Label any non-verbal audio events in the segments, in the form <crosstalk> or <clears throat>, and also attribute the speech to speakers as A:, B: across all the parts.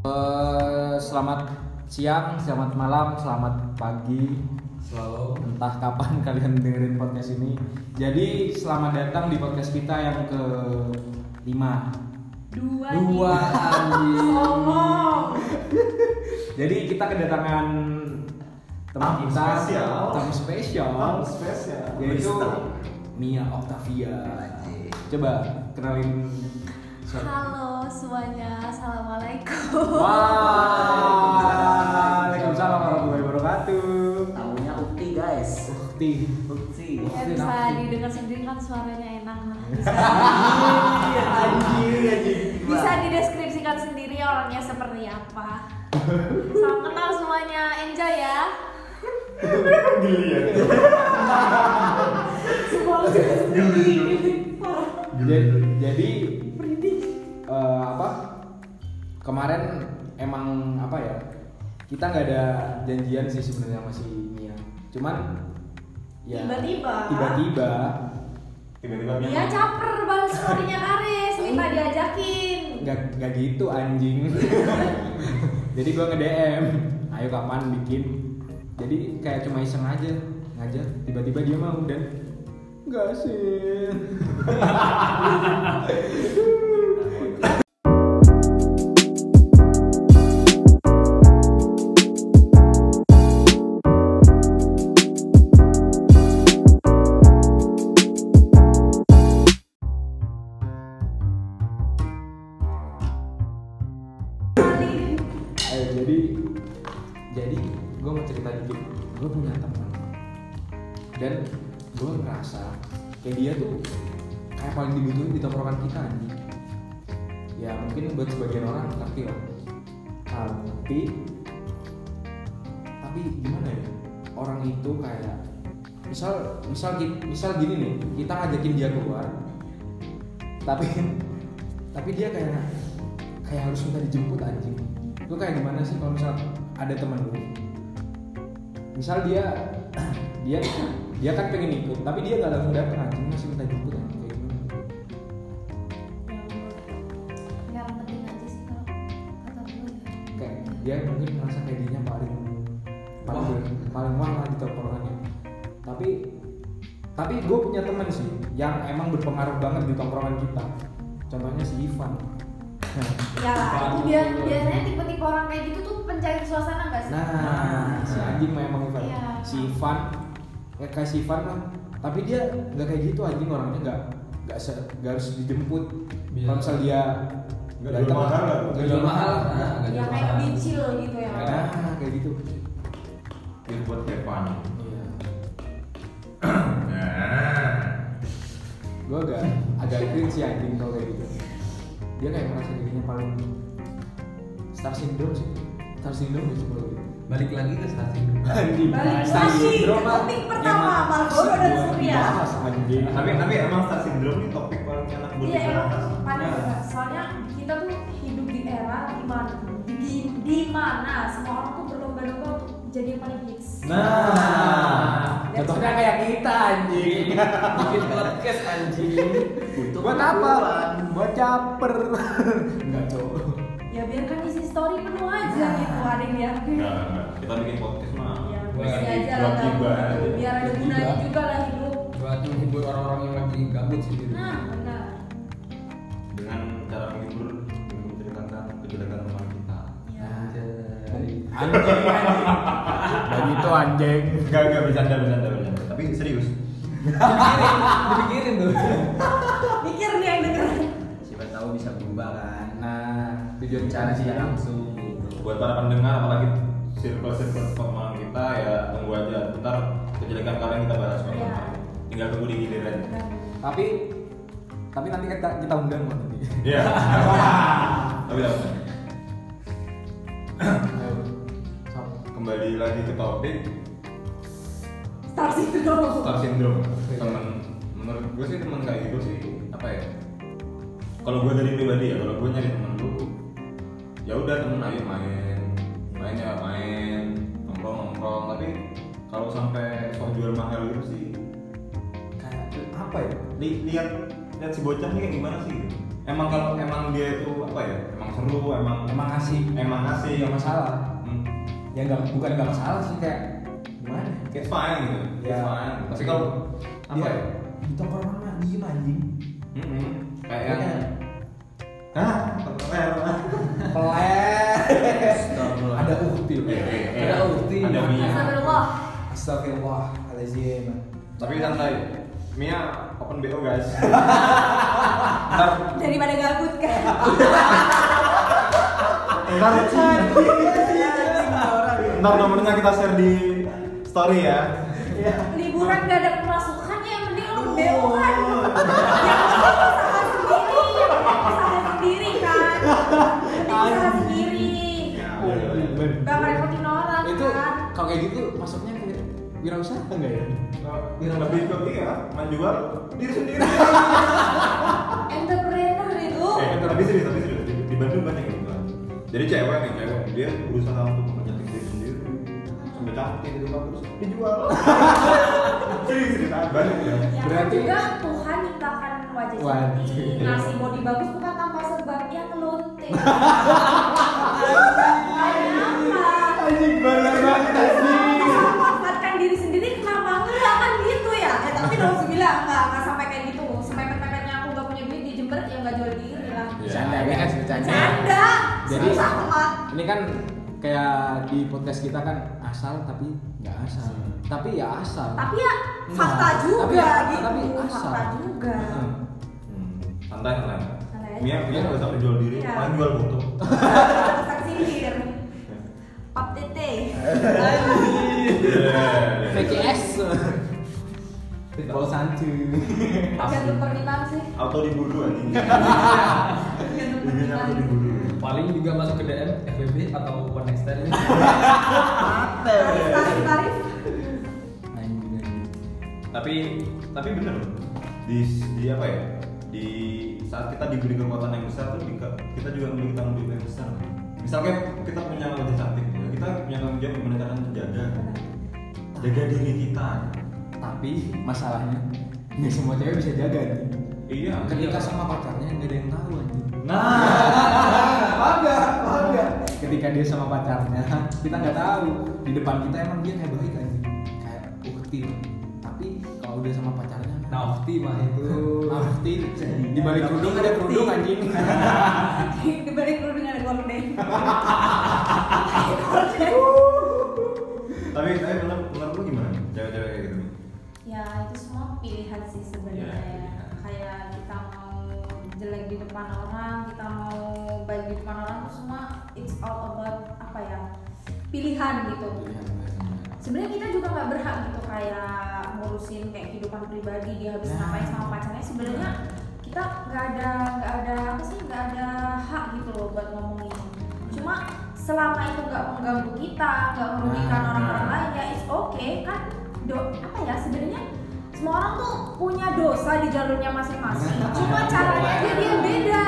A: Eh, selamat siang, selamat malam, selamat pagi,
B: Selalu
A: entah kapan <laughs> kalian dengerin podcast ini. Jadi selamat datang di podcast kita yang ke lima.
C: dua,
A: Dua
C: nih.
A: anjing.
C: Ngomong.
A: <laughs> Jadi kita kedatangan teman
B: Tamu
A: kita
B: spesial.
A: tamu spesial,
B: Tamu spesial.
A: yaitu
B: Barista.
A: Mia Octavia. Coba kenalin.
C: Halo semuanya, assalamualaikum.
A: Waalaikumsalam warahmatullahi wabarakatuh.
D: Tahunya Ukti guys.
A: Ukti.
D: Ukti.
C: Ya, bisa
A: Nafsu.
C: didengar sendiri kan suaranya enak
A: <laughs>
C: lah. Bisa,
B: Anjir, anjir.
C: bisa dideskripsikan sendiri orangnya seperti apa. Salam kenal semuanya, enjoy ya.
B: Geli ya.
A: jadi, jadi eh, apa kemarin emang apa ya kita nggak ada janjian sih sebenarnya masih Mia cuman ya
C: Tiba-tiba.
A: tiba-tiba
B: Tiba-tiba
C: Dia Iya, caper banget storynya Karis, minta diajakin.
A: nggak nggak gitu anjing <laughs> jadi gua nge DM ayo kapan bikin jadi kayak cuma iseng aja ngajak tiba-tiba dia mau dan nggak sih <laughs> Ayo, jadi jadi gue mau cerita dikit gue punya teman dan gue ngerasa kayak dia tuh kayak paling dibutuhin di tongkrongan kita anjing ya mungkin buat sebagian orang ngerti lah tapi tapi gimana ya orang itu kayak misal misal gi- misal gini nih kita ngajakin dia keluar tapi tapi dia kayak kayak harus minta dijemput anjing lu kayak gimana sih kalau misal ada teman lu misal dia <clears throat> dia dia kan pengen ikut tapi dia nggak langsung datang anjing masih minta jemput anjing kayak gimana
C: Nggak penting aja sih kalau kata gue.
A: kayak dia mungkin merasa kayak dirinya paling paling paling wah lah di tongkrongannya tapi tapi gue punya temen sih yang emang berpengaruh banget di tongkrongan kita contohnya si <laughs> Ivan
C: Ya, itu dia biasanya tipe-tipe orang kayak gitu tuh pencari suasana nggak sih?
A: nah si anjing memang Ivan
C: Iya.
A: si Ivan eh, kayak si Ivan lah tapi dia nggak kayak gitu anjing orangnya nggak nggak se nggak harus dijemput
E: Biar-
A: kalau misal dia
B: Nggak jual mahal lah.
A: nggak jual Iya. mahal
E: Nah, nggak
C: yang
E: jual
C: kayak
E: mahal.
C: lebih chill gitu ya
A: nah kayak gitu
B: Ini buat Kevin.
A: Iya.
B: Nah.
A: gue agak agak cringe sih anjing kalau kayak gitu dia kayak merasa dirinya paling star syndrome sih star syndrome gitu kalau gitu
E: balik lagi ke stasiun
A: <laughs> anjing
C: Balik lagi ke topik pertama,
A: emang
C: Marlboro dan
A: sih
C: Surya.
A: dibahas, anjing
B: Tapi tapi emang star syndrome ini topik paling enak buat
C: iya emang
B: dibahas.
C: panas banget soalnya kita tuh hidup di era di mana di, di mana semua orang tuh berlomba-lomba untuk jadi yang paling hits
A: nah
C: That's
A: contohnya kayak kita anjing
E: bikin podcast anjing
D: Untuk
A: <laughs> buat apa buat caper <laughs> enggak cowok
C: ya biarkan isi story penuh aja gitu ada yang diakui
B: Nggak, nggak. Kita bikin podcast mah.
C: ya
E: Wah,
C: mesti aja lah
B: gak
C: tahu.
B: Nah, tiba.
C: biar ada
A: Gak
C: gunanya
A: tiba.
C: juga lah hidup
E: buat menghibur orang-orang yang lagi gabut sih di
C: nah
E: rumah
C: benar
B: Dengan cara menghibur, dengan menceritakan kejelekan teman kita.
C: ya
A: anjing anjing dan itu anjing
B: Enggak, enggak bercanda, bercanda, bercanda. Tapi serius.
E: dipikirin tuh
C: <laughs> mikir nih yang denger
D: Siapa tahu bisa berubah kan.
A: nah tujuan
D: Tujuan cara sih
A: cara
D: langsung gitu.
B: Buat para pendengar apalagi circle-circle teman kita ya tunggu aja. Ntar kejelekan kalian kita bahas kok.
C: Iya.
B: Tinggal tunggu di giliran.
A: tapi tapi nanti kita kita undang kok nanti
B: Iya. Tapi apa?
D: Iya.
A: Ayo, Sam.
B: kembali lagi ke topik
C: start situ dong
B: star syndrome temen menurut gue sih temen kayak gitu sih apa ya kalau gue dari pribadi ya kalau gue nyari temen dulu ya udah temen ayo main main ya main nongkrong nongkrong tapi kalau sampai sok jual mahal gitu sih
A: kayak apa ya
B: li- lihat lihat si bocah nih kayak gimana sih emang kalau emang dia itu apa ya emang seru emang
A: emang asik
B: emang asik
A: nggak masalah
B: hmm,
A: ya nggak bukan nggak masalah sih kayak gimana
B: it's fine gitu
A: Ya.
B: it's fine tapi kalau apa
A: Iya,
B: ya
A: di tongkrongan mah diem anjing
B: hmm, kayak yang
A: Kayak-
B: Hah? Apa?
A: pelet
D: Astagfirullah. Iya,
A: ada uhtil
B: Eh, eh, eh.
E: Ada ulti.
B: ada Mia
C: Astagfirullah.
A: Astagfirullahaladzim
B: tapi santai Mia open bo guys ntar
C: Daripada gabut kan.
B: <laughs> ntar iya, ntar nomornya kita share di story ya
C: liburan gak ada pemasukan ya mending lu beo kan yang penting usaha sendiri yang penting usaha sendiri kan mending usaha sendiri gak ngerepotin orang
A: itu
C: kan
A: kalau kayak gitu masuknya ke wirausaha nggak ya
B: lebih ke iya menjual diri sendiri
C: entrepreneur itu
B: eh
A: Oh.
B: tapi serius tapi serius di, di Bandung banyak yang gitu jadi cewek nih cewek dia berusaha untuk menyetik diri sendiri sampai cantik gitu kan terus
A: <laughs>
B: dijual serius serius ah, banyak ya
C: ya
A: Berarti-
C: juga Tuhan ciptakan wajah
A: Wajah.
C: cantik ngasih body bagus bukan tanpa sebab yang
A: <laughs>
C: lonte kenapa
A: anjing banget banget
B: Iya.
C: memanfaatkan diri sendiri kenapa enggak kan gitu ya eh tapi dong sembilan enggak enggak sampai kayak gitu sampai pepetnya aku gak punya duit di Jember ya enggak jual diri lah
A: bercanda ini kan bercanda
C: canda
A: Jadi-
C: susah banget
A: ini kan kayak di podcast kita kan asal tapi nggak asal tapi ya asal
C: tapi ya fakta
A: Nah,
C: juga
A: tapi ya-
C: gitu
A: tapi asal. Iya.
C: fakta juga
A: Heeh.
B: Hmm, santai santai
C: Santai aja.
B: Mia Mia nggak usah jual diri
C: Iya.
B: paling jual foto
C: <laughs> Fakta sindir pap tete
A: Iya.
B: Iya.
A: VKS
E: Pitbull santu.
C: jangan permintaan sih
B: auto dibunuh anjing
C: Iya. jangan
A: Iya,
B: Intinya auto
C: permintaan
B: dibunuh
E: Paling juga masuk ke DM FBB atau One Next Time.
C: tarif tarif tarif
A: anjing anjing.
B: tapi tapi bener loh. di di apa ya di saat kita diberi kekuatan yang besar tuh di- kita juga memiliki tanggung jawab yang besar misalnya kita punya wajah cantik ya, kita punya tanggung jawab gimana cara menjaga jaga diri kita
A: tapi masalahnya nggak semua cewek bisa jaga nih
B: iya
A: ketika sama pacarnya nggak ada yang tahu anjing
B: nah
A: paham nggak paham nggak ketika dia sama pacarnya kita nggak tahu di depan kita emang dia kayak baik anjing kayak uktil tapi kalau udah sama pacarnya
E: Naufti mah itu.
A: Nafti di balik kerudung ada kerudung anjing
C: di balik kerudung ada
A: <laughs>
C: gorden
B: tapi tapi menurut menurut lu gimana cewek-cewek kayak gitu
C: ya itu semua pilihan sih sebenarnya
B: Ya, pilihan.
C: kayak kita mau jelek di depan orang kita mau baik di depan orang itu semua it's all about apa ya pilihan gitu sebenarnya kita juga nggak berhak gitu kayak ngurusin kayak kehidupan pribadi dia habis
A: Nah.
C: ngapain sama pacarnya sebenarnya kita nggak ada nggak ada apa sih nggak ada hak gitu loh buat ngomong itu cuma selama itu nggak mengganggu kita nggak merugikan
A: Nah.
C: orang-orang lain ya it's okay kan do apa ya sebenarnya semua orang tuh punya dosa di jalurnya masing-masing
A: Nah,
C: cuma caranya aja dia
A: <laughs>
C: beda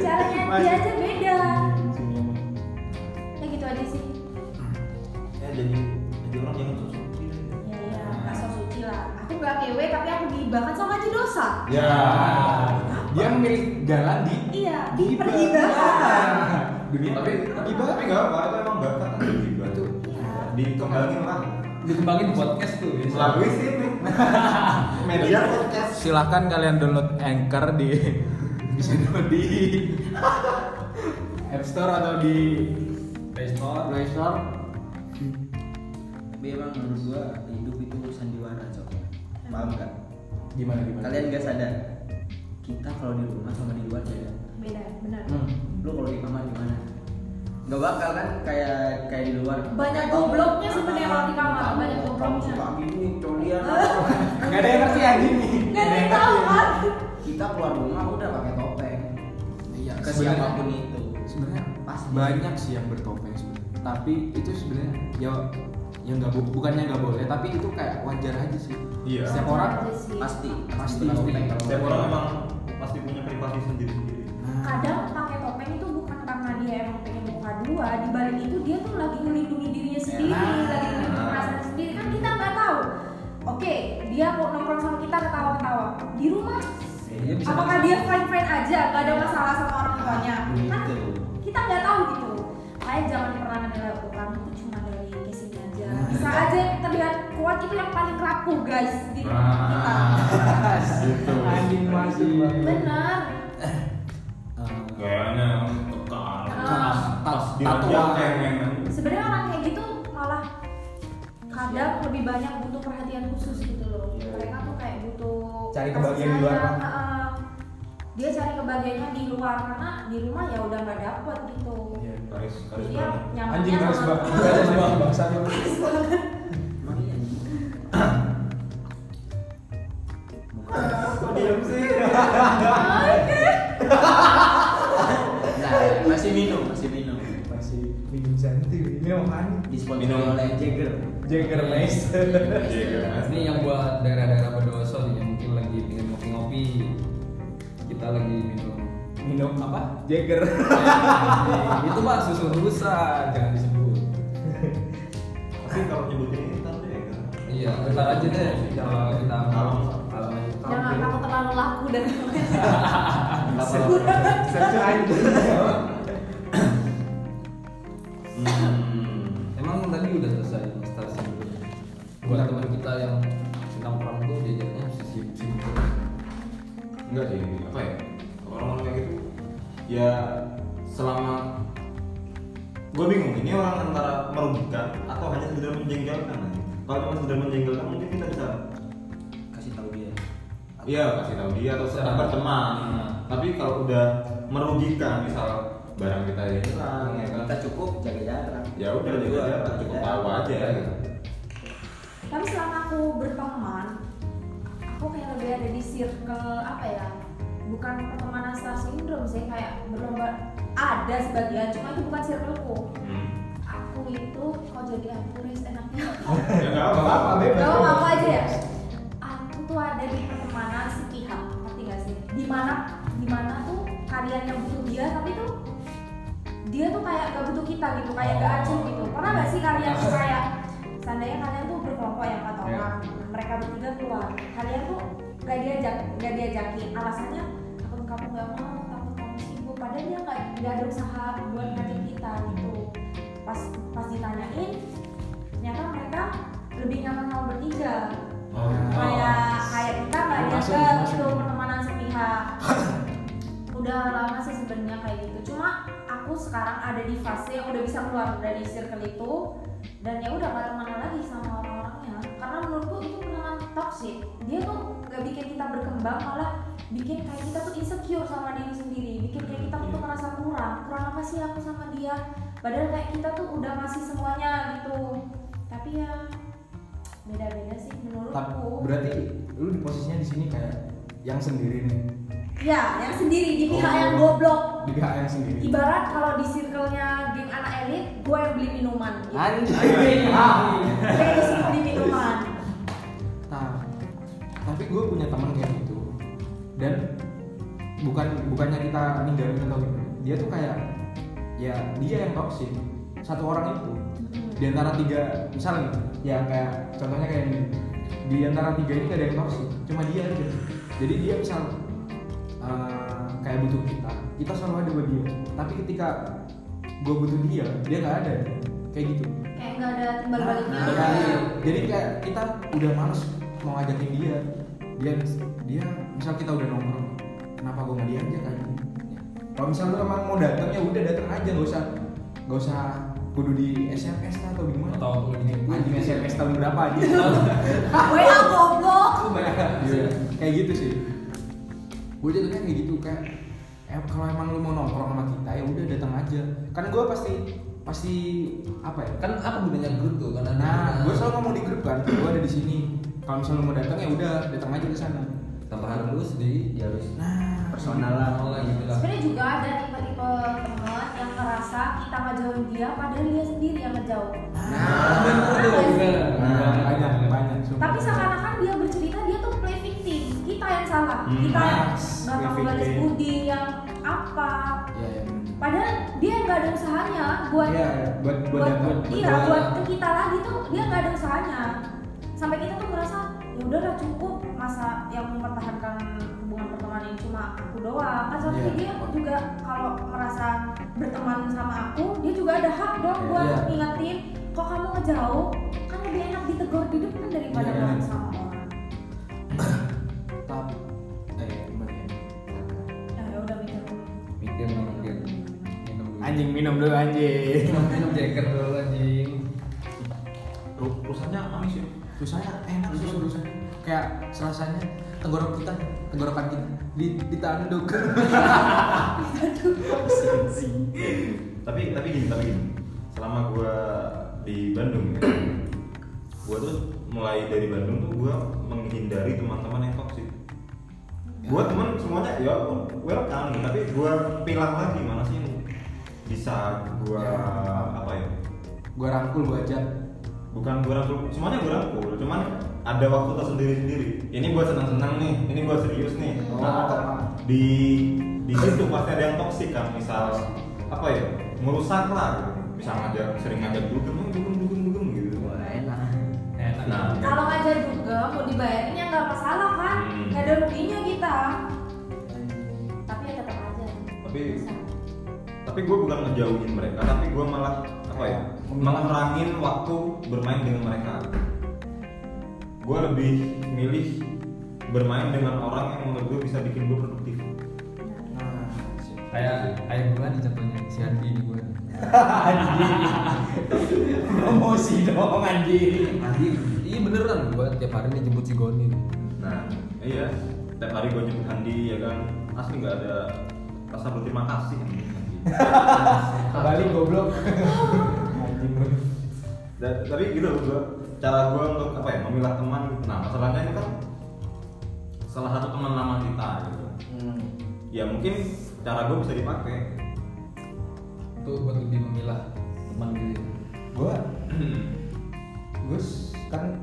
C: caranya dia aja beda ya gitu aja sih
B: ya jadi jadi orang jangan sosok
C: Ya, ya, nggak sok suci lah. Aku nggak kewe tapi aku diibakan sama aja dosa.
A: ya dia memilih jalan di
C: Iya, dipergibakan.
A: dunia
B: tapi tapi tapi nggak apa itu emang bakat gibah
A: Itu.
B: dikembangin lah
E: Dikembangin podcast tuh. biasa.
B: melalui <laughs> sini media podcast
A: silahkan kalian download anchor di bisa download di App Store atau di
E: Play Store.
A: Play Store
D: Tapi emang menurut gua hidup itu sandiwara cok. Paham nggak?
A: gimana gimana
D: Kalian nggak sadar? Kita kalau di rumah sama di luar beda.
C: Beda, benar.
A: Hmm.
D: Lu kalau di kamar gimana? Gak bakal kan kayak kayak di luar.
C: Banyak gobloknya sebenarnya kalau di kamar, banyak gobloknya.
D: Tapi ini colian.
A: Gak ada yang ngerti anjing nih.
C: <laughs> Nggak ada yang tahu kan?
D: Kita keluar rumah udah pakai topeng.
A: Iya,
D: Ke
A: sebenarnya-
D: siapapun itu.
A: Sebenarnya
D: Pasti.
A: banyak sih yang bertopeng sebenarnya. Tapi itu sebenarnya ya ya nggak bu- bukannya nggak boleh, tapi itu kayak wajar aja sih.
B: Iya.
A: Setiap orang
C: Aja sih.
D: Pasti.
A: Pasti.
D: topeng kalau
B: setiap orang emang pasti punya privasi sendiri sendiri
D: Kan
C: Kadang pakai topeng itu bukan karena dia emang pengen muka dua, di balik itu dia tuh lagi melindungi dirinya sendiri,
A: Nah.
C: lagi melindungi perasaan sendiri kan kita nggak tahu. Oke, dia mau nongkrong sama kita ketawa-ketawa. Di rumah
D: Iya, bisa.
C: Apakah dia fine fine aja nggak ada masalah sama orang tuanya kan
D: Gitu.
C: kita nggak tahu gitu makanya jangan pernah menilai orang itu cuma dari casing aja
A: Nah.
C: bisa aja yang terlihat kuat itu yang paling rapuh guys di kita
B: Nah.
A: Ah.
E: Nah.
B: <laughs> Gitu.
A: Anjing masuk banget.
C: benar
B: Gayanya tekan.
E: Ah.
C: Nah.
A: Tas,
B: Diajak
A: tatoan.
B: pengen.
C: sebenarnya orang kayak gitu malah kadang lebih banyak butuh perhatian khusus gitu loh
A: Iya.
C: mereka tuh kayak butuh
A: Cari
C: kasih
A: kebahagiaan di
C: sayang,
A: luar, kan? Pak.
C: heeh. dia cari kebahagiaannya di luar karena di rumah ya udah nggak dapet gitu
A: Iya.
B: Karis, karis
C: Jadi ya
B: banget.
C: nyamannya
A: Anjing harus
C: sama-
A: bak.
C: <laughs>
A: Harus bak. Bangsa
D: Emang iya?
B: Kok diam sih?
D: Nah, masih minum, masih minum.
A: Masih minum santai. Ini apaan?
D: Disponsori
B: Minum.
D: oleh Jagger.
A: Jägermeister.
B: Jagger.
E: Iya, Ini yang buat daerah-daerah berdosa nih yang mungkin lagi pengen ngopi-ngopi. Kita lagi minum.
A: Minum apa? Jagger.
E: Eh, itu mah susu rusa, jangan disebut.
B: Tapi kalau nyebutin ini ntar deh. kan?
E: Iya, bentar aja deh. Jangan kita
B: Kalem.
E: kalem aja.
C: jangan takut terlalu laku dan
A: Satu aja.
E: <laughs>
B: Hmm.
E: Emang tadi udah selesai instalasi dulu. Buat teman kita yang sedang perang tuh diajaknya sisi sisi.
B: Enggak sih, apa ya? Orang-orang kayak gitu ya selama gue bingung ini orang antara merugikan atau hanya sekedar menjengkelkan aja. Kalau cuma sekedar menjengkelkan mungkin kita bisa
D: Kasih tahu dia.
B: Iya kasih tahu dia atau sekedar berteman.
E: Hmm.
B: Tapi kalau udah merugikan misal barang kita yang hilang ya kan.
D: Kita cukup jaga jarak.
B: Ya udah juga aja cukup
A: Ya.
B: tahu aja
A: <laughs>
B: gitu.
C: tapi selama aku berteman aku kayak lebih ada di circle apa ya bukan pertemanan star syndrome sih kayak berlomba ada sebagian cuma itu bukan circleku
B: Hmm.
C: aku itu kok jadi akuris enaknya
B: Ya enggak apa-apa.
A: bebas.
C: Gak apa aja ya aku tuh ada di pertemanan sepihak ngerti gak sih dimana dimana tuh kalian yang butuh dia tapi tuh dia tuh kayak gak butuh kita gitu kayak gak acuh gitu pernah gak sih kalian tuh kayak seandainya kalian tuh berkelompok yang empat
E: Iya.
C: orang mereka bertiga keluar kalian tuh gak diajak gak diajakin alasannya takut kamu gak mau takut kamu sibuk padahal dia gak, gak ada usaha buat ngajak kita gitu pas pas ditanyain ternyata mereka lebih nyaman sama bertiga
B: Oh.
C: kayak kayak kita nggak
A: Masuk,
C: dianggap
A: masuk.
C: gitu pertemanan
A: <clears throat>
C: sepihak udah lama sih sebenarnya kayak gitu cuma aku sekarang ada di fase yang udah bisa keluar dari circle itu dan ya udah gak temenan lagi sama orang-orangnya karena menurutku itu pertemanan toksik dia tuh gak bikin kita berkembang malah bikin kayak kita tuh insecure sama diri sendiri bikin kayak kita
A: Iya.
C: tuh merasa kurang kurang apa sih aku sama dia padahal kayak kita tuh udah ngasih semuanya gitu tapi ya beda-beda sih
A: Tapi
C: menurutku
A: berarti lu di posisinya di sini kayak yang sendiri nih
C: ya yang sendiri di pihak
A: Oh.
C: yang goblok
A: di pihak yang sendiri.
C: ibarat kalau di circle-nya geng anak elit gue yang beli minuman gitu.
D: Anjing.
C: gue yang disuruh beli minuman
A: Nah, tapi gue punya teman kayak gitu dan bukan bukannya kita ninggalin atau gimana. Dia tuh kayak ya dia yang toksik satu orang itu di antara tiga misalnya nih, ya kayak contohnya kayak ini di antara tiga ini gak ada yang toksik cuma dia aja jadi dia misal eh, kayak butuh kita kita selalu ada buat dia tapi ketika gue butuh dia dia nggak ada kayak gitu
C: kayak nggak ada timbal baliknya
A: Nah,
C: gitu
A: iya.
C: ya.
A: jadi kayak kita udah males mau ngajakin dia dia dia misal kita udah nongkrong kenapa gue nggak diajak aja kan? kalau misal lu emang mau datang ya udah datang aja nggak usah nggak usah kudu di SMS lah atau gimana
E: Atau aku lagi
A: anjing SMS tahun berapa aja
C: gue yang goblok
A: Iya, kayak gitu sih gue jatuhnya kayak gitu kayak em, kalau emang lu mau nongkrong sama kita ya udah datang aja kan gue pasti pasti apa ya
E: Kan apa gunanya grup tuh? Karena
A: Nah, gue selalu ngomong di grup kan, gue ada di sini. Kalau misalnya lu mau datang ya udah datang aja ke sana.
E: tambah harus di
D: Ya harus
A: Nah,
D: personal lah.
E: personal lah gitu lah.
C: sebenarnya juga ada tipe-tipe teman yang ngerasa kita ngejauhin dia padahal dia sendiri yang ngejauh
E: Nah, bener tuh, bener.
A: Nah, banyak banyak. sumpah.
C: tapi seakan-akan dia bercerita dia tuh play victim kita yang salah
B: Hmm,
C: kita yang
A: nice.
C: nggak
A: Play
C: tahu balas
A: victim.
C: budi yang apa
A: Iya, iya.
C: padahal dia yang nggak ada usahanya buat
A: Iya, iya. buat buat datang.
C: iya buat ke kita lagi tuh dia nggak ada usahanya sampai kita tuh merasa ya udahlah cukup masa yang mempertahankan hubungan pertemanan pertemanin cuma aku doang kan seharusnya
A: Iya.
C: dia juga kalau merasa berteman sama aku dia juga ada hak dong buat
A: Iya.
C: ngingetin kok kamu ngejauh kan lebih enak ditegur di depan daripada
A: Iya.
C: main sama orang
A: tapi eh gimana ya
C: nah ya udah
A: <laughs>
C: mikir dulu.
E: mikir mikir minum dulu.
A: anjing minum dulu anjing
E: minum minum jager dulu anjing
B: Ru- Rusaknya amis ya.
A: rusanya enak sih rusanya kayak serasanya tenggorok kita tenggorokan kita di ditanduk
B: tapi tapi gini tapi gini selama gua di Bandung ya gua tuh mulai dari Bandung tuh gua menghindari teman-teman yang toksik gua teman semuanya ya welcome tapi gua pilah lagi mana sih yang bisa gua
A: Ya.
B: apa ya
A: <laughs> gua rangkul gua ajak
B: bukan gua rangkul semuanya gua rangkul cuman ada waktu tersendiri sendiri ini gua senang-senang nih ini gua serius nih
A: Oh.
B: nah, di di situ pasti ada yang toksik kan misal apa ya merusak lah gitu. misal ngajak sering ngajak dugem "Oh, dugem dugem dugem gitu
D: Wah, enak.
E: enak
B: Nah.
C: kalau ngajar juga mau dibayarin ya nggak masalah kan
B: Hmm.
C: nggak ada ruginya kita tapi ya tetap aja
B: tapi
C: Bisa.
B: tapi gue bukan ngejauhin mereka tapi gue malah apa ya mengurangin waktu bermain dengan mereka gue lebih milih bermain dengan orang yang menurut gue bisa bikin gue produktif
E: kayak kayak bulan nih contohnya si Andi ini gue
A: <laughs> promosi dong anjing
E: Andi iya beneran gue tiap hari nih jemput si Goni nih.
B: nah iya tiap hari gue jemput Andi ya kan asli nggak ada rasa berterima kasih
A: kembali
E: <laughs>
A: goblok anjing lu.
B: Dan- tapi gitu loh gua cara gue untuk apa ya memilah teman nah masalahnya itu kan salah satu teman lama kita gitu ya mungkin cara gue bisa dipakai
E: itu buat lebih memilah teman gitu ya.
A: gua <clears throat> Gus kan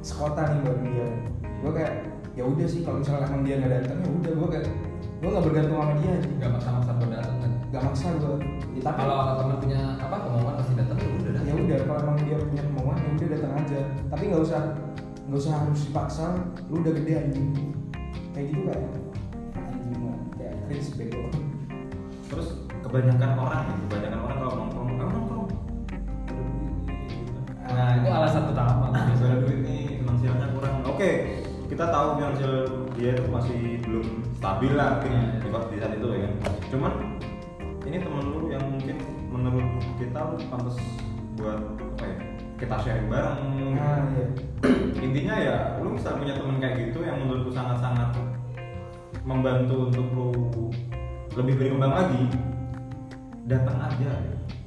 A: sekota nih buat dia gua kayak ya udah sih kalau misalnya emang dia nggak datang ya udah gua kayak gua nggak bergantung sama dia anjing
E: nggak maksa-maksa buat datang kan
A: nggak maksa gua ya, tapi
E: kalau ada teman punya apa kemauan pasti datang ya udah
A: ya
E: datang
A: udah kalau emang dia punya kemauan ya udah datang aja tapi nggak usah nggak usah harus dipaksa lu udah gede anjing kayak gitu kayak anjing lah. kayak Chris bego
B: terus kebanyakan orang ya, kebanyakan orang kalau nongkrong kamu nongkrong iya,
E: nah itu alasan utama
B: nggak ada duit nih finansialnya kurang oke kita tahu finansial dia itu masih belum stabil lah mungkin
E: Iya, iya.
B: di waktu- di saat itu ya cuman ini temen lu yang mungkin menurut kita lu pantas buat apa ya kita sharing bareng
A: nah ya
B: <clears throat> intinya ya lu bisa punya temen kayak gitu yang menurut lu sangat-sangat membantu untuk lu lebih berkembang lagi datang aja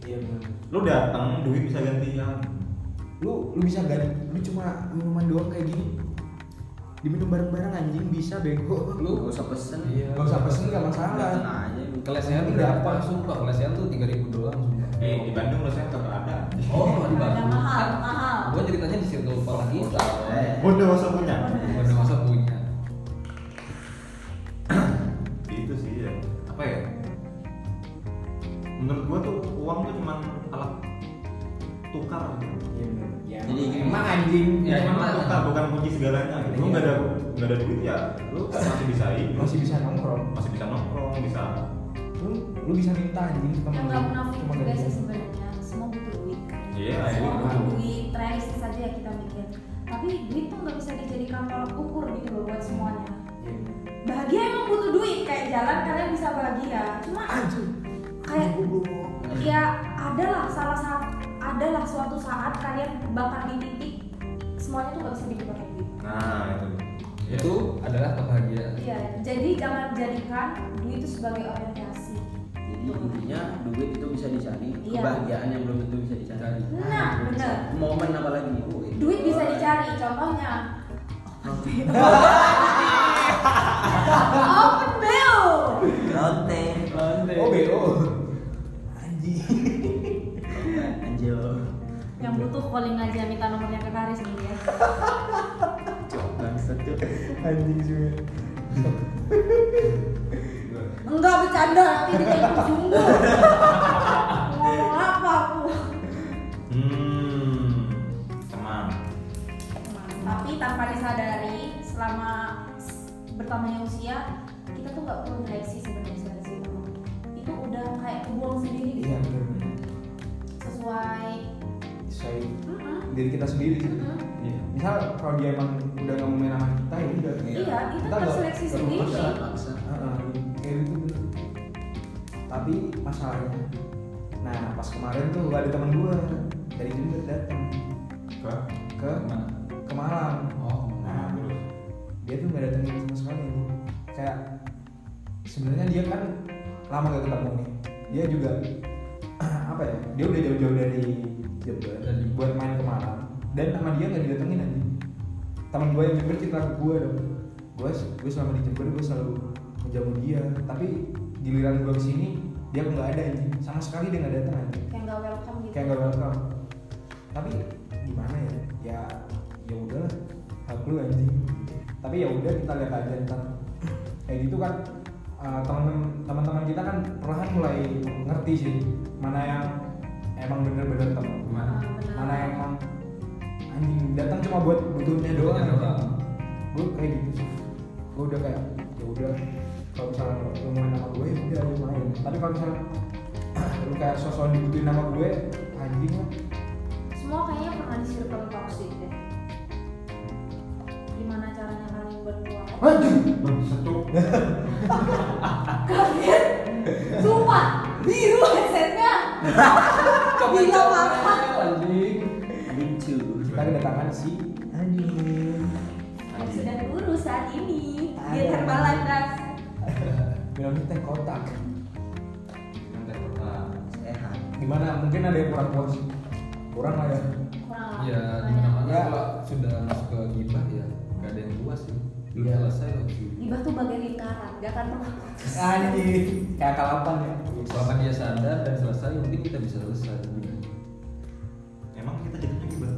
A: iya bener.
B: lu datang duit bisa gantian
A: lu lu bisa ganti lu cuma minuman doang kayak gini diminum bareng-bareng anjing bisa bego
E: Lu-
D: Gak usah pesen.
E: Iya.
A: gak usah pesen gak masalah
D: Datang aja.
E: kelesian tuh berapa sumpah kelesian tuh 3000 doang sumpah
B: eh di Bandung rasanya tetap ada
E: oh di
C: Ada
E: Bandung
C: mahal mahal
E: gue ceritanya di circle kepala kita
D: Eh.
B: bodoh masa punya
E: gue masa punya
B: <clears throat> itu sih ya apa ya menurut gua tuh uang tuh cuman alat tukar gitu.
A: Iya, bener. ya,
D: Jadi gini.
A: emang anjing
E: Ya,
B: Cuman alat
E: gimana?
B: tukar bukan kunci segalanya gitu. lu nggak ada nggak ada duit ya lu masih bisa hidup
A: masih bisa nongkrong
B: masih bisa nongkrong bisa
A: lu lu bisa minta anjing ke temen
C: yang
A: lu
C: nggak munafik
A: cuma gitu.
C: juga
A: gak
C: sih
A: bisa
C: sebenarnya semua butuh duit kan
B: Iya,
C: semua
B: iya.
C: butuh duit realistis aja ya kita mikir tapi duit tuh nggak bisa dijadikan tolak ukur gitu loh buat semuanya
A: Iya,
C: bahagia emang butuh duit kayak jalan kalian bisa bahagia cuma kayak ya adalah salah satu adalah suatu saat kalian bakal di titik semuanya tuh nggak bisa gitu. diubah pakai duit
B: nah itu Ya.
E: itu adalah kebahagiaan
C: iya jadi jangan jadikan duit itu sebagai orientasi
D: Jadi intinya duit itu bisa dicari,
C: Iya.
D: kebahagiaan yang belum tentu bisa dicari.
C: nah bener
D: Momen apa lagi? Oh,
C: duit bisa dicari contohnya open bill
D: Rote.
A: oh bego anjing
D: Anjil.
C: yang butuh calling aja minta nomornya ke Karis nih ya
D: Bangsat tuh.
A: anjing juga
C: enggak bercanda nanti ditelepon sungguh ngomong apa aku
B: hmm teman
C: tapi tanpa disadari selama bertambahnya usia kita kita tuh nggak perlu direksi sebenarnya secara situ itu udah kayak kebuang sendiri gitu
A: iya benar
C: sesuai
A: sesuai
C: Mm-mm.
A: diri kita sendiri sih
C: Mm-mm.
A: Iya. misal kalau dia emang udah nggak mau main sama kita ya udah
B: Iya.
C: iya itu
A: Kita nggak-
C: terseleksi
A: nggak
C: sendiri
A: memaksa.
D: Paksa.
A: Heeh, kayak gitu bener. tapi masalahnya nah pas kemarin tuh ada teman gua dari Jember datang
B: ke
A: ke
B: Mana?
A: ke Malang
B: oh
A: Nah.
B: nah terus
A: dia tuh nggak datengin sama sekali kayak sebenarnya dia kan lama gak ketemu nih dia juga <clears throat> apa ya dia udah jauh-jauh dari Jember
E: Dari Jember.
A: buat main ke Malang dan sama dia nggak didatengin aja teman gue yang Jember cerita ke gue dong gue gue selama di Jember gue selalu ngejamu dia tapi giliran gue kesini dia nggak ada aja sama sekali dia nggak datang aja
C: kayak nggak welcome gitu
A: kayak nggak welcome tapi gimana ya ya ya udahlah hak lu anjing tapi ya udah kita lihat aja ntar kayak gitu kan eh, temen- teman-teman kita kan perlahan mulai ngerti sih mana yang emang bener-bener teman
E: Gimana?
C: Ah, benar.
A: mana yang emang anjing datang cuma buat butuhnya doang
E: Butuhnya doang.
A: gue kayak gitu sih gue udah kayak ya udah kalau misalnya lu main sama gue ya udah lu main tapi kalau misalnya <clears throat> lu kayak sosok dibutuhin nama gue anjing lah
C: semua kayaknya pernah di circle toxic deh gimana caranya kalian berkeluar
A: anjing
B: satu
C: kaget sumpah biru
A: <laughs>
C: headsetnya gila banget
E: anjing
D: Lucu.
A: kita kedatangan si anjing <laughs>
C: yang sedang kurus saat ini dia terbalik guys
A: bilangnya teh kotak
B: nanti kota
D: Sehat.
A: gimana mungkin ada yang kurang puas kurang lah ya
C: kurang lah
E: ya
C: banyak.
E: dimana-mana
A: Ya.
E: kalau sudah masuk ke gibah ya gak ada yang puas sih belum
A: Iya.
E: selesai loh
C: Gibah tuh bagai lingkaran, gak akan pernah putus.
A: anjing kayak kalapan ya
E: selama dia sadar dan selesai mungkin kita bisa selesai
B: emang kita jadinya gimana